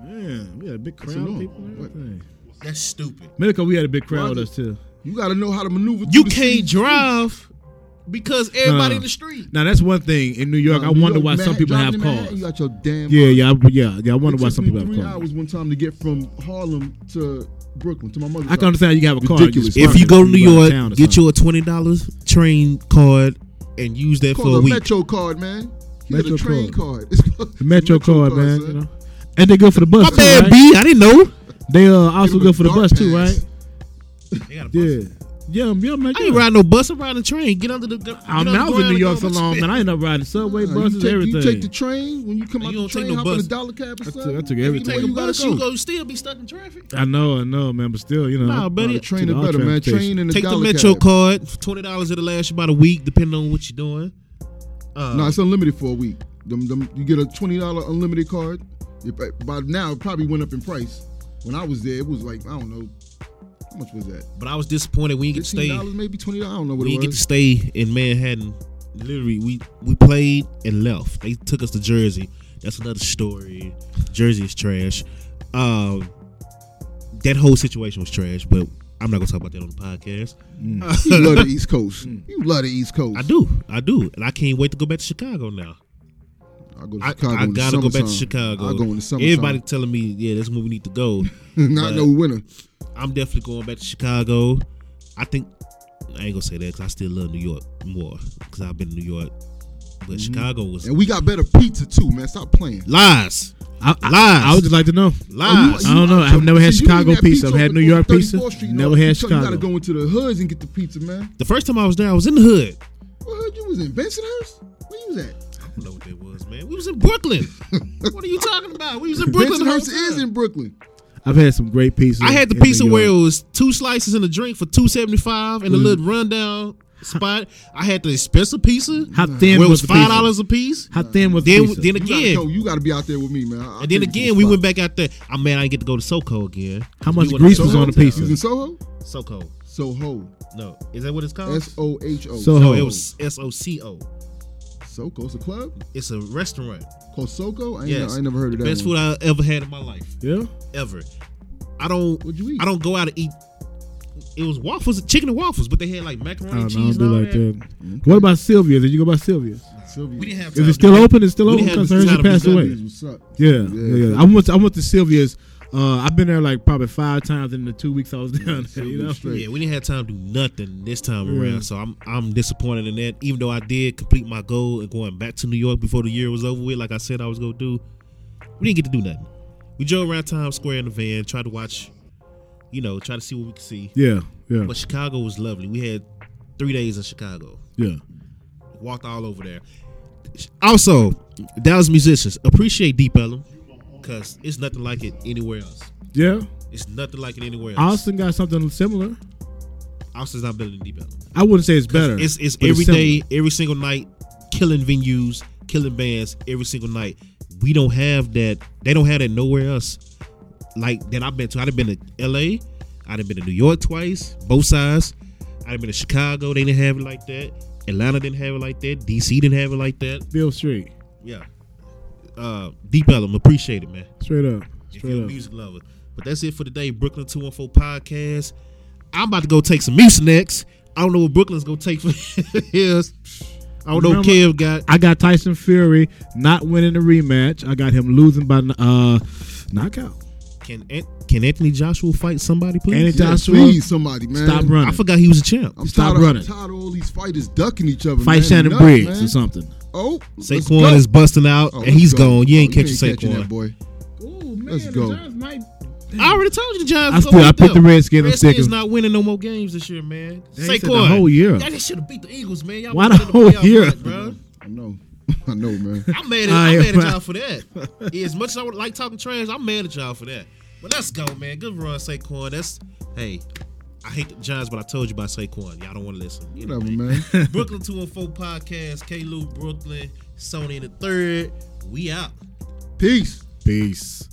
Speaker 3: Yeah, we had a big crowd.
Speaker 2: long.
Speaker 3: of People, and
Speaker 2: What?
Speaker 3: everything.
Speaker 1: That's stupid.
Speaker 3: Medical, we had a big crowd with
Speaker 2: Roger.
Speaker 3: us too.
Speaker 2: You gotta know how to maneuver.
Speaker 1: You
Speaker 2: through the
Speaker 1: can't
Speaker 2: streets.
Speaker 1: drive because everybody
Speaker 3: Uh,
Speaker 1: in the street.
Speaker 3: Now that's one thing in New York. I
Speaker 2: New
Speaker 3: wonder
Speaker 2: York,
Speaker 3: why some
Speaker 2: Manhattan-
Speaker 3: people have
Speaker 2: driving in Manhattan,
Speaker 3: cars.
Speaker 2: You got your damn.
Speaker 3: Yeah,
Speaker 2: mind.
Speaker 3: yeah, I- yeah, yeah. I
Speaker 2: It
Speaker 3: wonder why
Speaker 2: took
Speaker 3: some
Speaker 2: me
Speaker 3: people have
Speaker 2: three
Speaker 3: cars.
Speaker 2: hours one time to get from Harlem to Brooklyn to my mother's.
Speaker 3: I can
Speaker 2: house.
Speaker 3: understand you can have a car.
Speaker 2: Ridiculous.
Speaker 3: just
Speaker 1: If you go to New
Speaker 3: out of
Speaker 1: York,
Speaker 3: town or
Speaker 1: get
Speaker 3: something.
Speaker 1: you a twenty dollars train card and use that
Speaker 2: Call
Speaker 1: for a
Speaker 2: it a
Speaker 1: week.
Speaker 2: Metro card, man. He
Speaker 3: Metro
Speaker 2: got a train
Speaker 3: card.
Speaker 2: card. [LAUGHS] It's called- it's
Speaker 3: The Metro card, man.
Speaker 2: son.
Speaker 3: You know, and they good for the bus
Speaker 1: My
Speaker 3: too,
Speaker 1: bad,
Speaker 3: right?
Speaker 1: B. I didn't know.
Speaker 3: They uh, also
Speaker 2: Give him
Speaker 3: good
Speaker 2: a
Speaker 3: for the
Speaker 2: dark
Speaker 3: bus
Speaker 2: pass.
Speaker 3: too, right? Yeah, yeah, yeah, man.
Speaker 1: I
Speaker 3: yeah.
Speaker 1: ain't riding no bus. I'm riding a train. Get under the. Get
Speaker 3: I,
Speaker 1: under
Speaker 3: mean,
Speaker 1: the
Speaker 3: I was in
Speaker 1: ground
Speaker 3: New
Speaker 1: and
Speaker 3: York
Speaker 1: go
Speaker 3: so
Speaker 1: to
Speaker 3: long,
Speaker 1: spit.
Speaker 3: man. I ended up riding subway
Speaker 2: Nah,
Speaker 3: buses,
Speaker 2: you, take,
Speaker 3: everything.
Speaker 2: you take the train when you come
Speaker 1: You
Speaker 2: out
Speaker 1: don't
Speaker 2: the
Speaker 1: take
Speaker 2: train,
Speaker 1: no
Speaker 2: hop in
Speaker 1: bus.
Speaker 2: the dollar cab. Or
Speaker 3: I took-
Speaker 2: something.
Speaker 3: I took
Speaker 2: Every
Speaker 1: You
Speaker 3: everything.
Speaker 2: way
Speaker 1: take
Speaker 2: you
Speaker 1: a
Speaker 2: gotta
Speaker 1: bus,
Speaker 2: go.
Speaker 1: you go still be stuck in traffic.
Speaker 3: I know, I know, man. But still, you know,
Speaker 1: Nah, buddy,
Speaker 3: I'm probably
Speaker 2: The train
Speaker 3: to
Speaker 2: is
Speaker 3: all
Speaker 2: better, man.
Speaker 3: traffic
Speaker 2: Train
Speaker 3: stations.
Speaker 2: and the
Speaker 1: Take the
Speaker 2: dollar
Speaker 1: Metro
Speaker 2: cab.
Speaker 1: card. Twenty dollars. It'll last you about a week, depending on what you're doing. Uh,
Speaker 2: No, it's unlimited for a week. Them, them, you get a twenty dollar unlimited card. It- by now, it probably went up in price. When I was there, it was like I don't know how much was that.
Speaker 1: but I was disappointed we didn't get to
Speaker 2: Fifteen
Speaker 1: stay.
Speaker 2: dollars, maybe twenty dollars. I don't know what
Speaker 1: We
Speaker 2: it
Speaker 1: didn't get to
Speaker 2: was.
Speaker 1: stay in Manhattan. Literally, we we played and left. They took us to Jersey. That's another story. Jersey is trash. Um, that whole situation was trash. But I'm not gonna talk about that on the podcast.
Speaker 2: [LAUGHS] you love the East Coast.
Speaker 3: [LAUGHS] Mm.
Speaker 2: You love the East Coast.
Speaker 1: I do, I do, and I can't wait to go back to Chicago now.
Speaker 2: I go to
Speaker 1: I,
Speaker 2: Chicago.
Speaker 1: I
Speaker 2: in the
Speaker 1: gotta go back to
Speaker 2: summertime.
Speaker 1: Chicago.
Speaker 2: I go in the summer.
Speaker 1: Everybody telling me, yeah, that's where we need to go.
Speaker 2: [LAUGHS] not
Speaker 1: but-
Speaker 2: no winter.
Speaker 1: I'm definitely going back to Chicago. I think I ain't gonna say that because I still love New York more because I've been in New York, but Chicago was
Speaker 2: Mm-hmm. And we got better pizza too, man. Stop playing.
Speaker 1: lies,
Speaker 3: I, I,
Speaker 1: Lies.
Speaker 3: I would just like to know.
Speaker 1: lies.
Speaker 3: I don't know. I've never had
Speaker 2: See, you eating
Speaker 3: Chicago
Speaker 2: that
Speaker 3: pizza. I've
Speaker 2: over-
Speaker 3: had New
Speaker 2: over
Speaker 3: York
Speaker 2: 34th
Speaker 3: pizza.
Speaker 2: Street,
Speaker 3: Never
Speaker 2: no,
Speaker 3: had
Speaker 2: so You gotta
Speaker 3: Chicago.
Speaker 2: go into the hoods and get the pizza, man.
Speaker 1: the first time I was there, I was in the hood.
Speaker 2: What hood you was in? Bensonhurst? Where you was at?
Speaker 1: I don't know what that was, man. We was in
Speaker 2: [LAUGHS]
Speaker 1: Brooklyn. what are you talking about? We was in Brooklyn. the whole
Speaker 2: Bensonhurst is
Speaker 1: time.
Speaker 2: in Brooklyn.
Speaker 3: I've had some great pizza.
Speaker 1: I had the
Speaker 3: in New
Speaker 1: pizza
Speaker 3: York.
Speaker 1: where it was two slices and a drink for two seventy five
Speaker 2: Mm-hmm.
Speaker 1: and a little rundown spot. I had the expensive pizza.
Speaker 3: How
Speaker 1: where
Speaker 3: thin
Speaker 1: it
Speaker 3: was
Speaker 1: was
Speaker 3: the
Speaker 1: five
Speaker 3: pizza?
Speaker 1: dollars a piece.
Speaker 3: How thin was the
Speaker 1: Then,
Speaker 3: pizza?
Speaker 1: then
Speaker 2: You gotta, go.
Speaker 1: again,
Speaker 2: you gotta be out there with me, man. I'll
Speaker 1: and then
Speaker 2: take you to
Speaker 1: again,
Speaker 2: the
Speaker 1: we
Speaker 2: spot.
Speaker 1: went back out there. I man, I didn't get to go to SoCo again.
Speaker 3: How
Speaker 1: We
Speaker 3: much
Speaker 1: went to
Speaker 3: grease was
Speaker 1: Soho
Speaker 3: on the
Speaker 1: Hotel.
Speaker 2: You was
Speaker 3: pizza?
Speaker 2: in Soho?
Speaker 1: SoCo.
Speaker 2: Soho.
Speaker 1: No, is that what it's called?
Speaker 2: S O H O.
Speaker 3: Soho.
Speaker 1: no, it was S O C O.
Speaker 2: Soho. It's a club
Speaker 1: It's a restaurant.
Speaker 2: called Soho. I ain't,
Speaker 1: Yes.
Speaker 2: I ain't never heard of that.
Speaker 1: Best
Speaker 2: one.
Speaker 1: food I ever had in my life,
Speaker 3: yeah.
Speaker 1: ever. I don't.
Speaker 2: What'd you eat?
Speaker 1: I don't go out and eat. It was waffles, chicken and waffles, but they had like macaroni
Speaker 3: I
Speaker 1: and
Speaker 3: don't know. I
Speaker 1: cheese.
Speaker 3: do
Speaker 1: and all
Speaker 3: like
Speaker 1: that.
Speaker 3: that. What about Sylvia? Did you go by Sylvia's?
Speaker 2: Sylvia.
Speaker 1: We didn't have.
Speaker 3: Is
Speaker 1: time
Speaker 3: it
Speaker 1: to
Speaker 3: still
Speaker 1: do
Speaker 3: open? It's still
Speaker 1: We
Speaker 3: open
Speaker 1: didn't have
Speaker 3: because
Speaker 1: the
Speaker 3: her she
Speaker 1: time to
Speaker 3: passed
Speaker 1: do
Speaker 3: away.
Speaker 1: that.
Speaker 2: What's up?
Speaker 3: Yeah,
Speaker 2: Yeah.
Speaker 3: yeah, yeah. I went. To, I went to Sylvia's. Uh, I've been there like probably five times in the two weeks I was [LAUGHS] down there. You know.
Speaker 2: Sylvia's straight.
Speaker 1: Yeah, we didn't have time to do nothing this time
Speaker 3: Yeah.
Speaker 1: around. So I'm I'm disappointed in that. Even though I did complete my goal and going back to New York before the year was over with, like I said I was gonna do, we didn't get to do nothing. We drove around Times Square in the van, tried to watch, you know, try to see what we could see.
Speaker 3: Yeah, yeah,
Speaker 1: But Chicago was lovely. We had three days in Chicago.
Speaker 3: yeah.
Speaker 1: Walked all over there. Also, Dallas musicians appreciate Deep Ellum because it's nothing like it anywhere else.
Speaker 3: Yeah.
Speaker 1: It's nothing like it anywhere else.
Speaker 3: Austin got something similar.
Speaker 1: Austin's not better than Deep Ellum.
Speaker 3: I wouldn't say it's better.
Speaker 1: It's it's
Speaker 3: but
Speaker 1: every
Speaker 3: similar.
Speaker 1: day, every single night, killing venues, killing bands every single night. We don't have that. They don't have that nowhere else. Like that I've been to. I've been to L.A. I've been to New York twice, both sides. I've been to Chicago. They didn't have it like that. Atlanta didn't have it like that. D.C. didn't have it like that.
Speaker 3: Bill Street,
Speaker 1: Yeah. Uh, Deep Ellum, appreciate it, man.
Speaker 3: straight up,
Speaker 1: If
Speaker 3: straight
Speaker 1: you're a
Speaker 3: up.
Speaker 1: music lover. But that's it for today, Brooklyn 214 podcast. I'm about to go take some mucinex. I don't know what Brooklyn's gonna take for [LAUGHS] his. I don't know what Kev got.
Speaker 3: I got Tyson Fury not winning the rematch. I got him losing by uh knockout.
Speaker 1: Can An- can Anthony Joshua fight somebody, please?
Speaker 3: Anthony-
Speaker 2: Yeah,
Speaker 3: Joshua,
Speaker 2: please, somebody, man.
Speaker 3: Stop running.
Speaker 1: I forgot he was a champ.
Speaker 2: I'm
Speaker 3: Stop
Speaker 2: tired of,
Speaker 3: running.
Speaker 2: I'm tired of all these fighters ducking each other.
Speaker 3: Fight
Speaker 2: man.
Speaker 3: Shannon
Speaker 2: Enough,
Speaker 3: Briggs
Speaker 2: man.
Speaker 3: or something.
Speaker 2: Oh, let's go.
Speaker 1: Saquon is busting out
Speaker 2: Oh,
Speaker 1: and
Speaker 2: let's
Speaker 1: he's
Speaker 2: go.
Speaker 1: gone. You
Speaker 2: Oh,
Speaker 1: ain't catching
Speaker 2: catching
Speaker 1: Saquon.
Speaker 2: that boy.
Speaker 3: Oh man,
Speaker 2: Let's the go. Giants
Speaker 3: might.
Speaker 1: I already told you the Giants.
Speaker 3: I
Speaker 1: was
Speaker 3: still,
Speaker 1: gonna
Speaker 3: I
Speaker 1: beat
Speaker 3: picked the
Speaker 1: them.
Speaker 3: Redskins. I'm sick.
Speaker 1: Redskins
Speaker 3: of-
Speaker 1: not winning no more games this year, man.
Speaker 3: They ain't said the
Speaker 1: Saquon,
Speaker 3: whole year.
Speaker 1: Yeah, they should have beat the Eagles, man. Y'all
Speaker 3: Why
Speaker 1: wasn't
Speaker 3: the
Speaker 1: in
Speaker 3: whole
Speaker 1: playoff
Speaker 3: year?
Speaker 1: hunt, bro.
Speaker 2: I know. [LAUGHS] I know, man.
Speaker 1: I'm mad at,
Speaker 3: I
Speaker 1: I'm
Speaker 3: am
Speaker 1: mad at
Speaker 3: proud.
Speaker 1: y'all for that. as much as I would like talking trash, I'm mad at y'all for that. But let's go, man. Good run, Saquon. That's hey. I hate the Giants, but I told you about Saquon. Y'all don't want to listen.
Speaker 2: Whatever,
Speaker 1: Anyway,
Speaker 2: man.
Speaker 3: [LAUGHS]
Speaker 1: Brooklyn 214 podcast, K Lou Brooklyn, Sony in the third. We out.
Speaker 2: Peace.
Speaker 3: Peace.